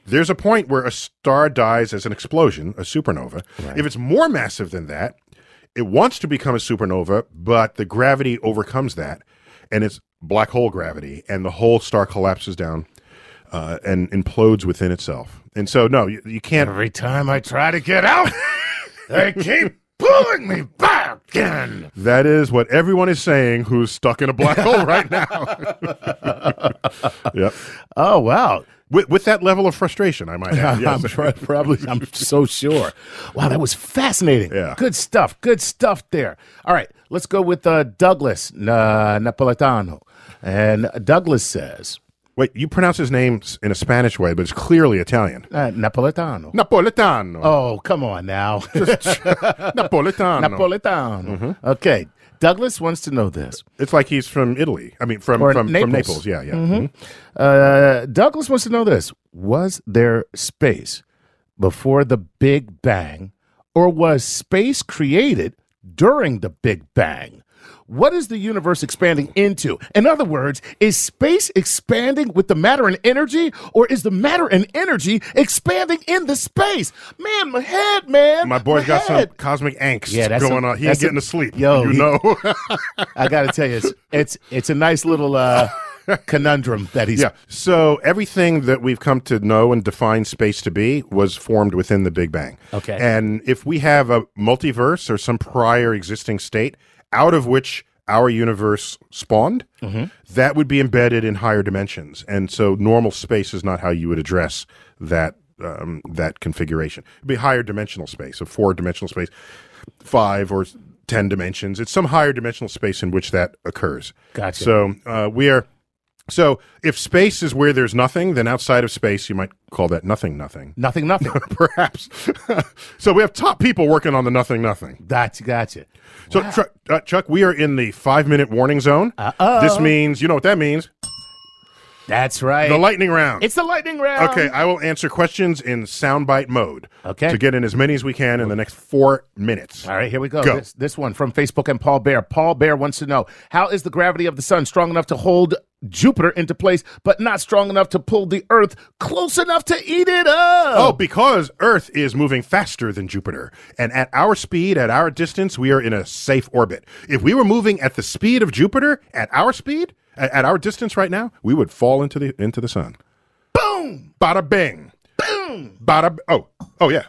Speaker 2: There's a point where a star dies as an explosion, a supernova. If it's more massive than that, it wants to become a supernova, but the gravity overcomes that, and it's black hole gravity, and the whole star collapses down uh, and implodes within itself. And so, no, you, you can't.
Speaker 1: Every time I try to get out, they keep pulling me back.
Speaker 2: again. That is what everyone is saying who's stuck in a
Speaker 1: [LAUGHS]
Speaker 2: black hole right now. yep.
Speaker 1: Oh wow.
Speaker 2: With, with that level of frustration, I might
Speaker 1: [LAUGHS]
Speaker 2: add.
Speaker 1: I'm
Speaker 2: Yes.
Speaker 1: pro-
Speaker 2: [LAUGHS]
Speaker 1: probably. I'm so sure. Wow, that was fascinating.
Speaker 2: Yeah.
Speaker 1: Good stuff. Good stuff there. All right, let's go with uh, Douglas uh, Napolitano, and Douglas says
Speaker 2: Wait, you pronounce his name s- in a Spanish way, but it's clearly Italian.
Speaker 1: uh, Napolitano.
Speaker 2: Napoletano.
Speaker 1: Oh, come on now. [LAUGHS]
Speaker 2: Napoletano.
Speaker 1: Napolitano. Okay. Douglas wants to know this.
Speaker 2: it's like he's from Italy. I mean, from
Speaker 1: Or
Speaker 2: from Naples.
Speaker 1: Naples. Mm-hmm.
Speaker 2: From Naples. Yeah, yeah. Mhm.
Speaker 1: Uh, Douglas wants to know this. Was there space before the Big Bang, or was space created during the Big Bang? What is the universe expanding into? In other words, is space expanding with the matter and energy, or is the matter and energy expanding in the space? Man, my head, man.
Speaker 2: My boy's got some
Speaker 1: head.
Speaker 2: cosmic angst
Speaker 1: Yeah, that's
Speaker 2: going
Speaker 1: a-
Speaker 2: on. He ain't
Speaker 1: that's a-
Speaker 2: getting to sleep.
Speaker 1: Yo,
Speaker 2: you
Speaker 1: he-
Speaker 2: know.
Speaker 1: I gotta tell you, it's it's, it's a nice little uh,
Speaker 2: [LAUGHS]
Speaker 1: conundrum that [LAUGHS] he's
Speaker 2: yeah. So everything that we've come to know and define space to be was formed within the Big Bang.
Speaker 1: Okay.
Speaker 2: And if we have a multiverse or some prior existing state out of which our universe spawned,
Speaker 1: Mm-hmm.
Speaker 2: that would be embedded in higher dimensions. And so normal space is not how you would address that um, that configuration. It'd be higher dimensional space, a four dimensional space, five or ten dimensions. It's some higher dimensional space in which that occurs.
Speaker 1: Gotcha.
Speaker 2: So uh, we are. So if space is where there's nothing, then outside of space, you might call that nothing, nothing,
Speaker 1: nothing,
Speaker 2: [LAUGHS]
Speaker 1: nothing.
Speaker 2: perhaps. so we have top people working on the nothing, nothing.
Speaker 1: Gotcha, gotcha.
Speaker 2: So Chuck, uh, Chuck, we are in the five minute warning zone.
Speaker 1: Uh-oh.
Speaker 2: This means you know what that means.
Speaker 1: That's right.
Speaker 2: The lightning round.
Speaker 1: It's the lightning round.
Speaker 2: Okay, I will answer questions in soundbite mode.
Speaker 1: Okay.
Speaker 2: To get in as many as we can in the next four minutes.
Speaker 1: All right, here we go.
Speaker 2: Go.
Speaker 1: This, this one from Facebook and Paul Bear. Paul Bear wants to know How is the gravity of the sun strong enough to hold Jupiter into place, but not strong enough to pull the Earth close enough to eat it
Speaker 2: Oh,
Speaker 1: up?
Speaker 2: because Earth is moving faster than Jupiter. And at our speed, at our distance, we are in a safe orbit. If we were moving at the speed of Jupiter, at our speed, at, at our distance right now, we would fall into the into the sun. Boom! Bada bing. Boom! Bada oh, oh yeah.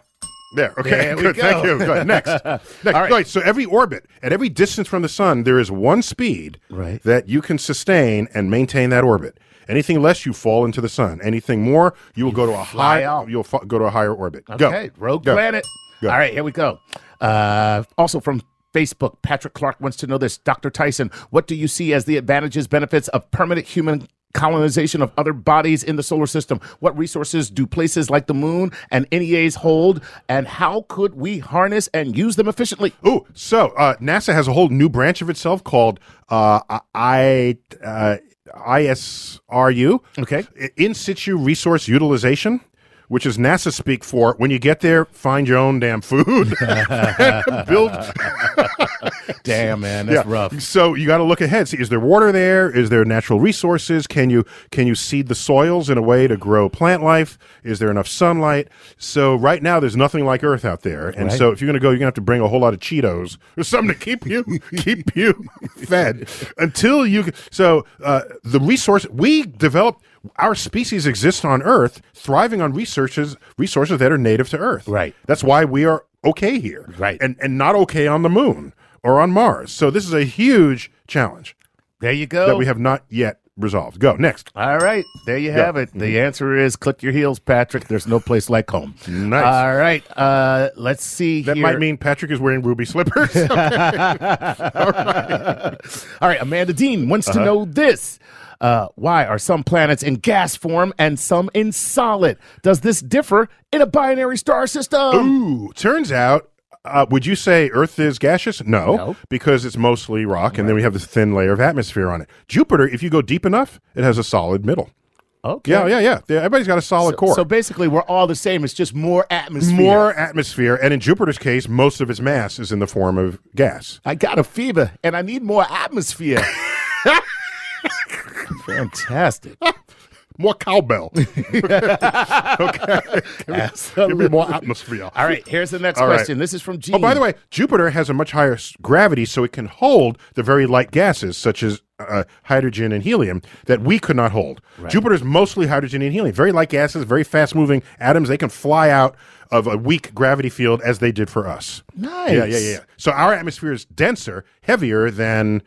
Speaker 2: There. Okay.
Speaker 1: There we
Speaker 2: [LAUGHS] Good. Thank
Speaker 1: go.
Speaker 2: you. Good. Next. Next.
Speaker 1: [LAUGHS] All right.
Speaker 2: Right, So every orbit, at every distance from the sun, there is one speed
Speaker 1: Right.
Speaker 2: that you can sustain and maintain that orbit. Anything less, you fall into the sun. Anything more, you will go to a
Speaker 1: fly
Speaker 2: high.
Speaker 1: out.
Speaker 2: You'll fa- go to a higher orbit. Go.
Speaker 1: okay, Rogue
Speaker 2: Go.
Speaker 1: Planet.
Speaker 2: Go.
Speaker 1: All right, here we go. Uh, also from Facebook, Patrick Clark wants to know this. Dr. Tyson, what do you see as the advantages, benefits of permanent human colonization of other bodies in the solar system? What resources do places like the moon and NEAs hold? And how could we harness and use them efficiently?
Speaker 2: Ooh, so uh, NASA has a whole new branch of itself called uh, I uh, ISRU.
Speaker 1: Okay.
Speaker 2: In situ resource utilization. Which is NASA speak for when you get there, find your own damn food, build
Speaker 1: Damn, man, that's
Speaker 2: Yeah.
Speaker 1: rough.
Speaker 2: So you got to look ahead. See, is there water there? Is there natural resources? Can you can you seed the soils in a way to grow plant life? Is there enough sunlight? So right now, there's nothing like Earth out there, and so if you're going to go, you're going to have to bring a whole lot of Cheetos or something to keep
Speaker 1: [LAUGHS]
Speaker 2: you keep you fed until you. c- So uh, the resource we developed. Our species exists on Earth, thriving on resources resources that are native to Earth.
Speaker 1: Right.
Speaker 2: That's why we are okay here.
Speaker 1: Right.
Speaker 2: And and not okay on the moon or on Mars. So this is a huge challenge
Speaker 1: There you go.
Speaker 2: that we have not yet resolved. Go next.
Speaker 1: All right, there you have it. The
Speaker 2: Mm-hmm.
Speaker 1: answer is click your heels, Patrick. There's no place like home.
Speaker 2: Nice.
Speaker 1: All right, uh, let's see.
Speaker 2: That
Speaker 1: here.
Speaker 2: might mean Patrick is wearing
Speaker 1: [LAUGHS]
Speaker 2: ruby slippers.
Speaker 1: All right, Amanda Dean wants
Speaker 2: Uh-huh.
Speaker 1: to know this. Uh, why are some planets in gas form and some in solid? Does this differ in a binary star system?
Speaker 2: Ooh, turns out. Uh, would you say Earth is gaseous? No,
Speaker 1: No.
Speaker 2: because it's mostly rock, and then we have this thin layer of atmosphere on it. Jupiter, if you go deep enough, it has a solid middle.
Speaker 1: Okay.
Speaker 2: Yeah, yeah, yeah. Yeah, Everybody's got a solid core.
Speaker 1: So basically, we're all the same. It's just more atmosphere.
Speaker 2: more atmosphere, and in Jupiter's case, most of its mass is in the form of gas.
Speaker 1: I got a fever and I need more
Speaker 2: [LAUGHS]
Speaker 1: atmosphere. Fantastic.
Speaker 2: More cowbell. Give me
Speaker 1: Absolutely.
Speaker 2: more atmosphere. Oh,
Speaker 1: All right, here's the next
Speaker 2: All right.
Speaker 1: question. This is from Gene.
Speaker 2: Oh, by the way, Jupiter has a much higher s- gravity, so it can hold the very light gases, such as uh, hydrogen and helium that we could not hold. Jupiter's mostly hydrogen and helium, very light gases, very fast moving atoms. They can fly out of a weak gravity field as they did for us.
Speaker 1: Nice.
Speaker 2: Yeah, yeah, yeah. So our atmosphere is denser, heavier than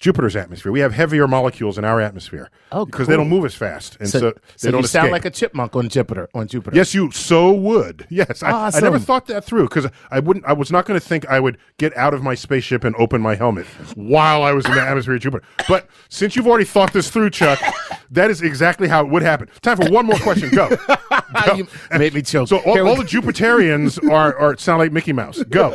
Speaker 2: Jupiter's atmosphere. We have heavier molecules in our atmosphere
Speaker 1: Oh,
Speaker 2: because they don't
Speaker 1: cool.
Speaker 2: move as fast, and so,
Speaker 1: So,
Speaker 2: they
Speaker 1: so you
Speaker 2: don't
Speaker 1: sound
Speaker 2: escape.
Speaker 1: like a chipmunk on Jupiter. On Jupiter.
Speaker 2: Yes, you so would. Yes, I, I never
Speaker 1: Awesome.
Speaker 2: thought that through because I wouldn't. I was not going to think I would get out of my spaceship and open my helmet while I was in the atmosphere of Jupiter. But since you've already thought this through, Chuck, that is exactly how it would happen. Time for one more question.
Speaker 1: [LAUGHS]
Speaker 2: Go. Go. [LAUGHS]
Speaker 1: you made me choke.
Speaker 2: So all,
Speaker 1: Here we
Speaker 2: all
Speaker 1: go.
Speaker 2: the Jupiterians are, are sound like Mickey Mouse. Go,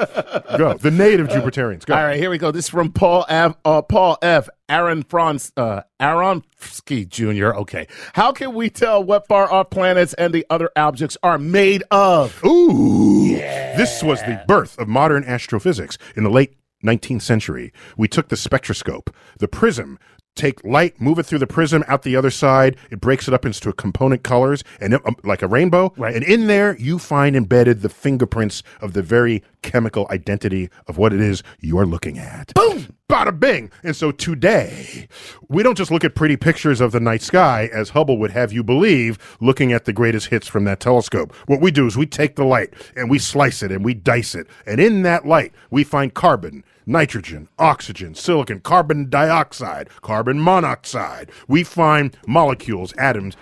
Speaker 2: go. The native Jupiterians. Go.
Speaker 1: All right, here we go. This is from Paul F. Uh, Paul F. Aaron Franz, uh, Aronsky Jr. Okay, how can we tell what far off planets and the other objects are made of?
Speaker 2: Ooh. This was the birth of modern astrophysics in the late 19th century. We took the spectroscope, the prism, take light, move it through the prism out the other side. It breaks it up into component colors and it- um, like a rainbow. Right. And in there, you find embedded the fingerprints of the very chemical identity of what it is you're looking at. Boom! Bada bing! And so today, we don't just look at pretty pictures of the night sky, as Hubble would have you believe, looking at the greatest hits from that telescope. What we do is we take the light and we slice it and we dice it. And in that light, we find carbon, nitrogen, oxygen, silicon, carbon dioxide, carbon monoxide. We find molecules, atoms,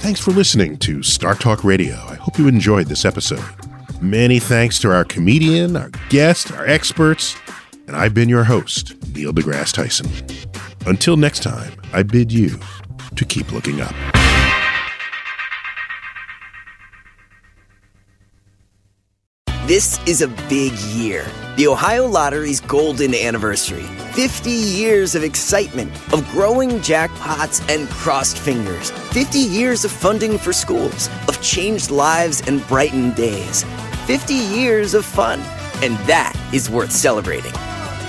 Speaker 4: Thanks for listening to Star Talk Radio. I hope you enjoyed this episode. Many thanks to our comedian, our guest, our experts, and I've been your host, Neil deGrasse Tyson. Until next time, I bid you to keep looking up.
Speaker 6: This is a big year. The Ohio Lottery's golden anniversary. 50 years of excitement, of growing jackpots and crossed fingers. 50 years of funding for schools, of changed lives and brightened days. 50 years of fun. And that is worth celebrating.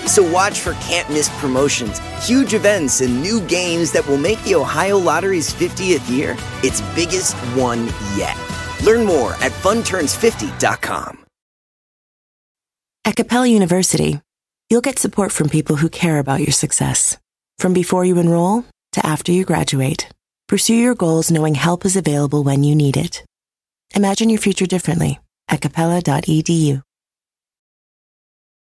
Speaker 6: So watch for can't miss promotions, huge events, and new games that will make the Ohio Lottery's 50th year its biggest one yet. Learn more at funturns50.com.
Speaker 7: At Capella University, you'll get support from people who care about your success. From before you enroll to after you graduate, pursue your goals knowing help is available when you need it. Imagine your future differently at capella.edu.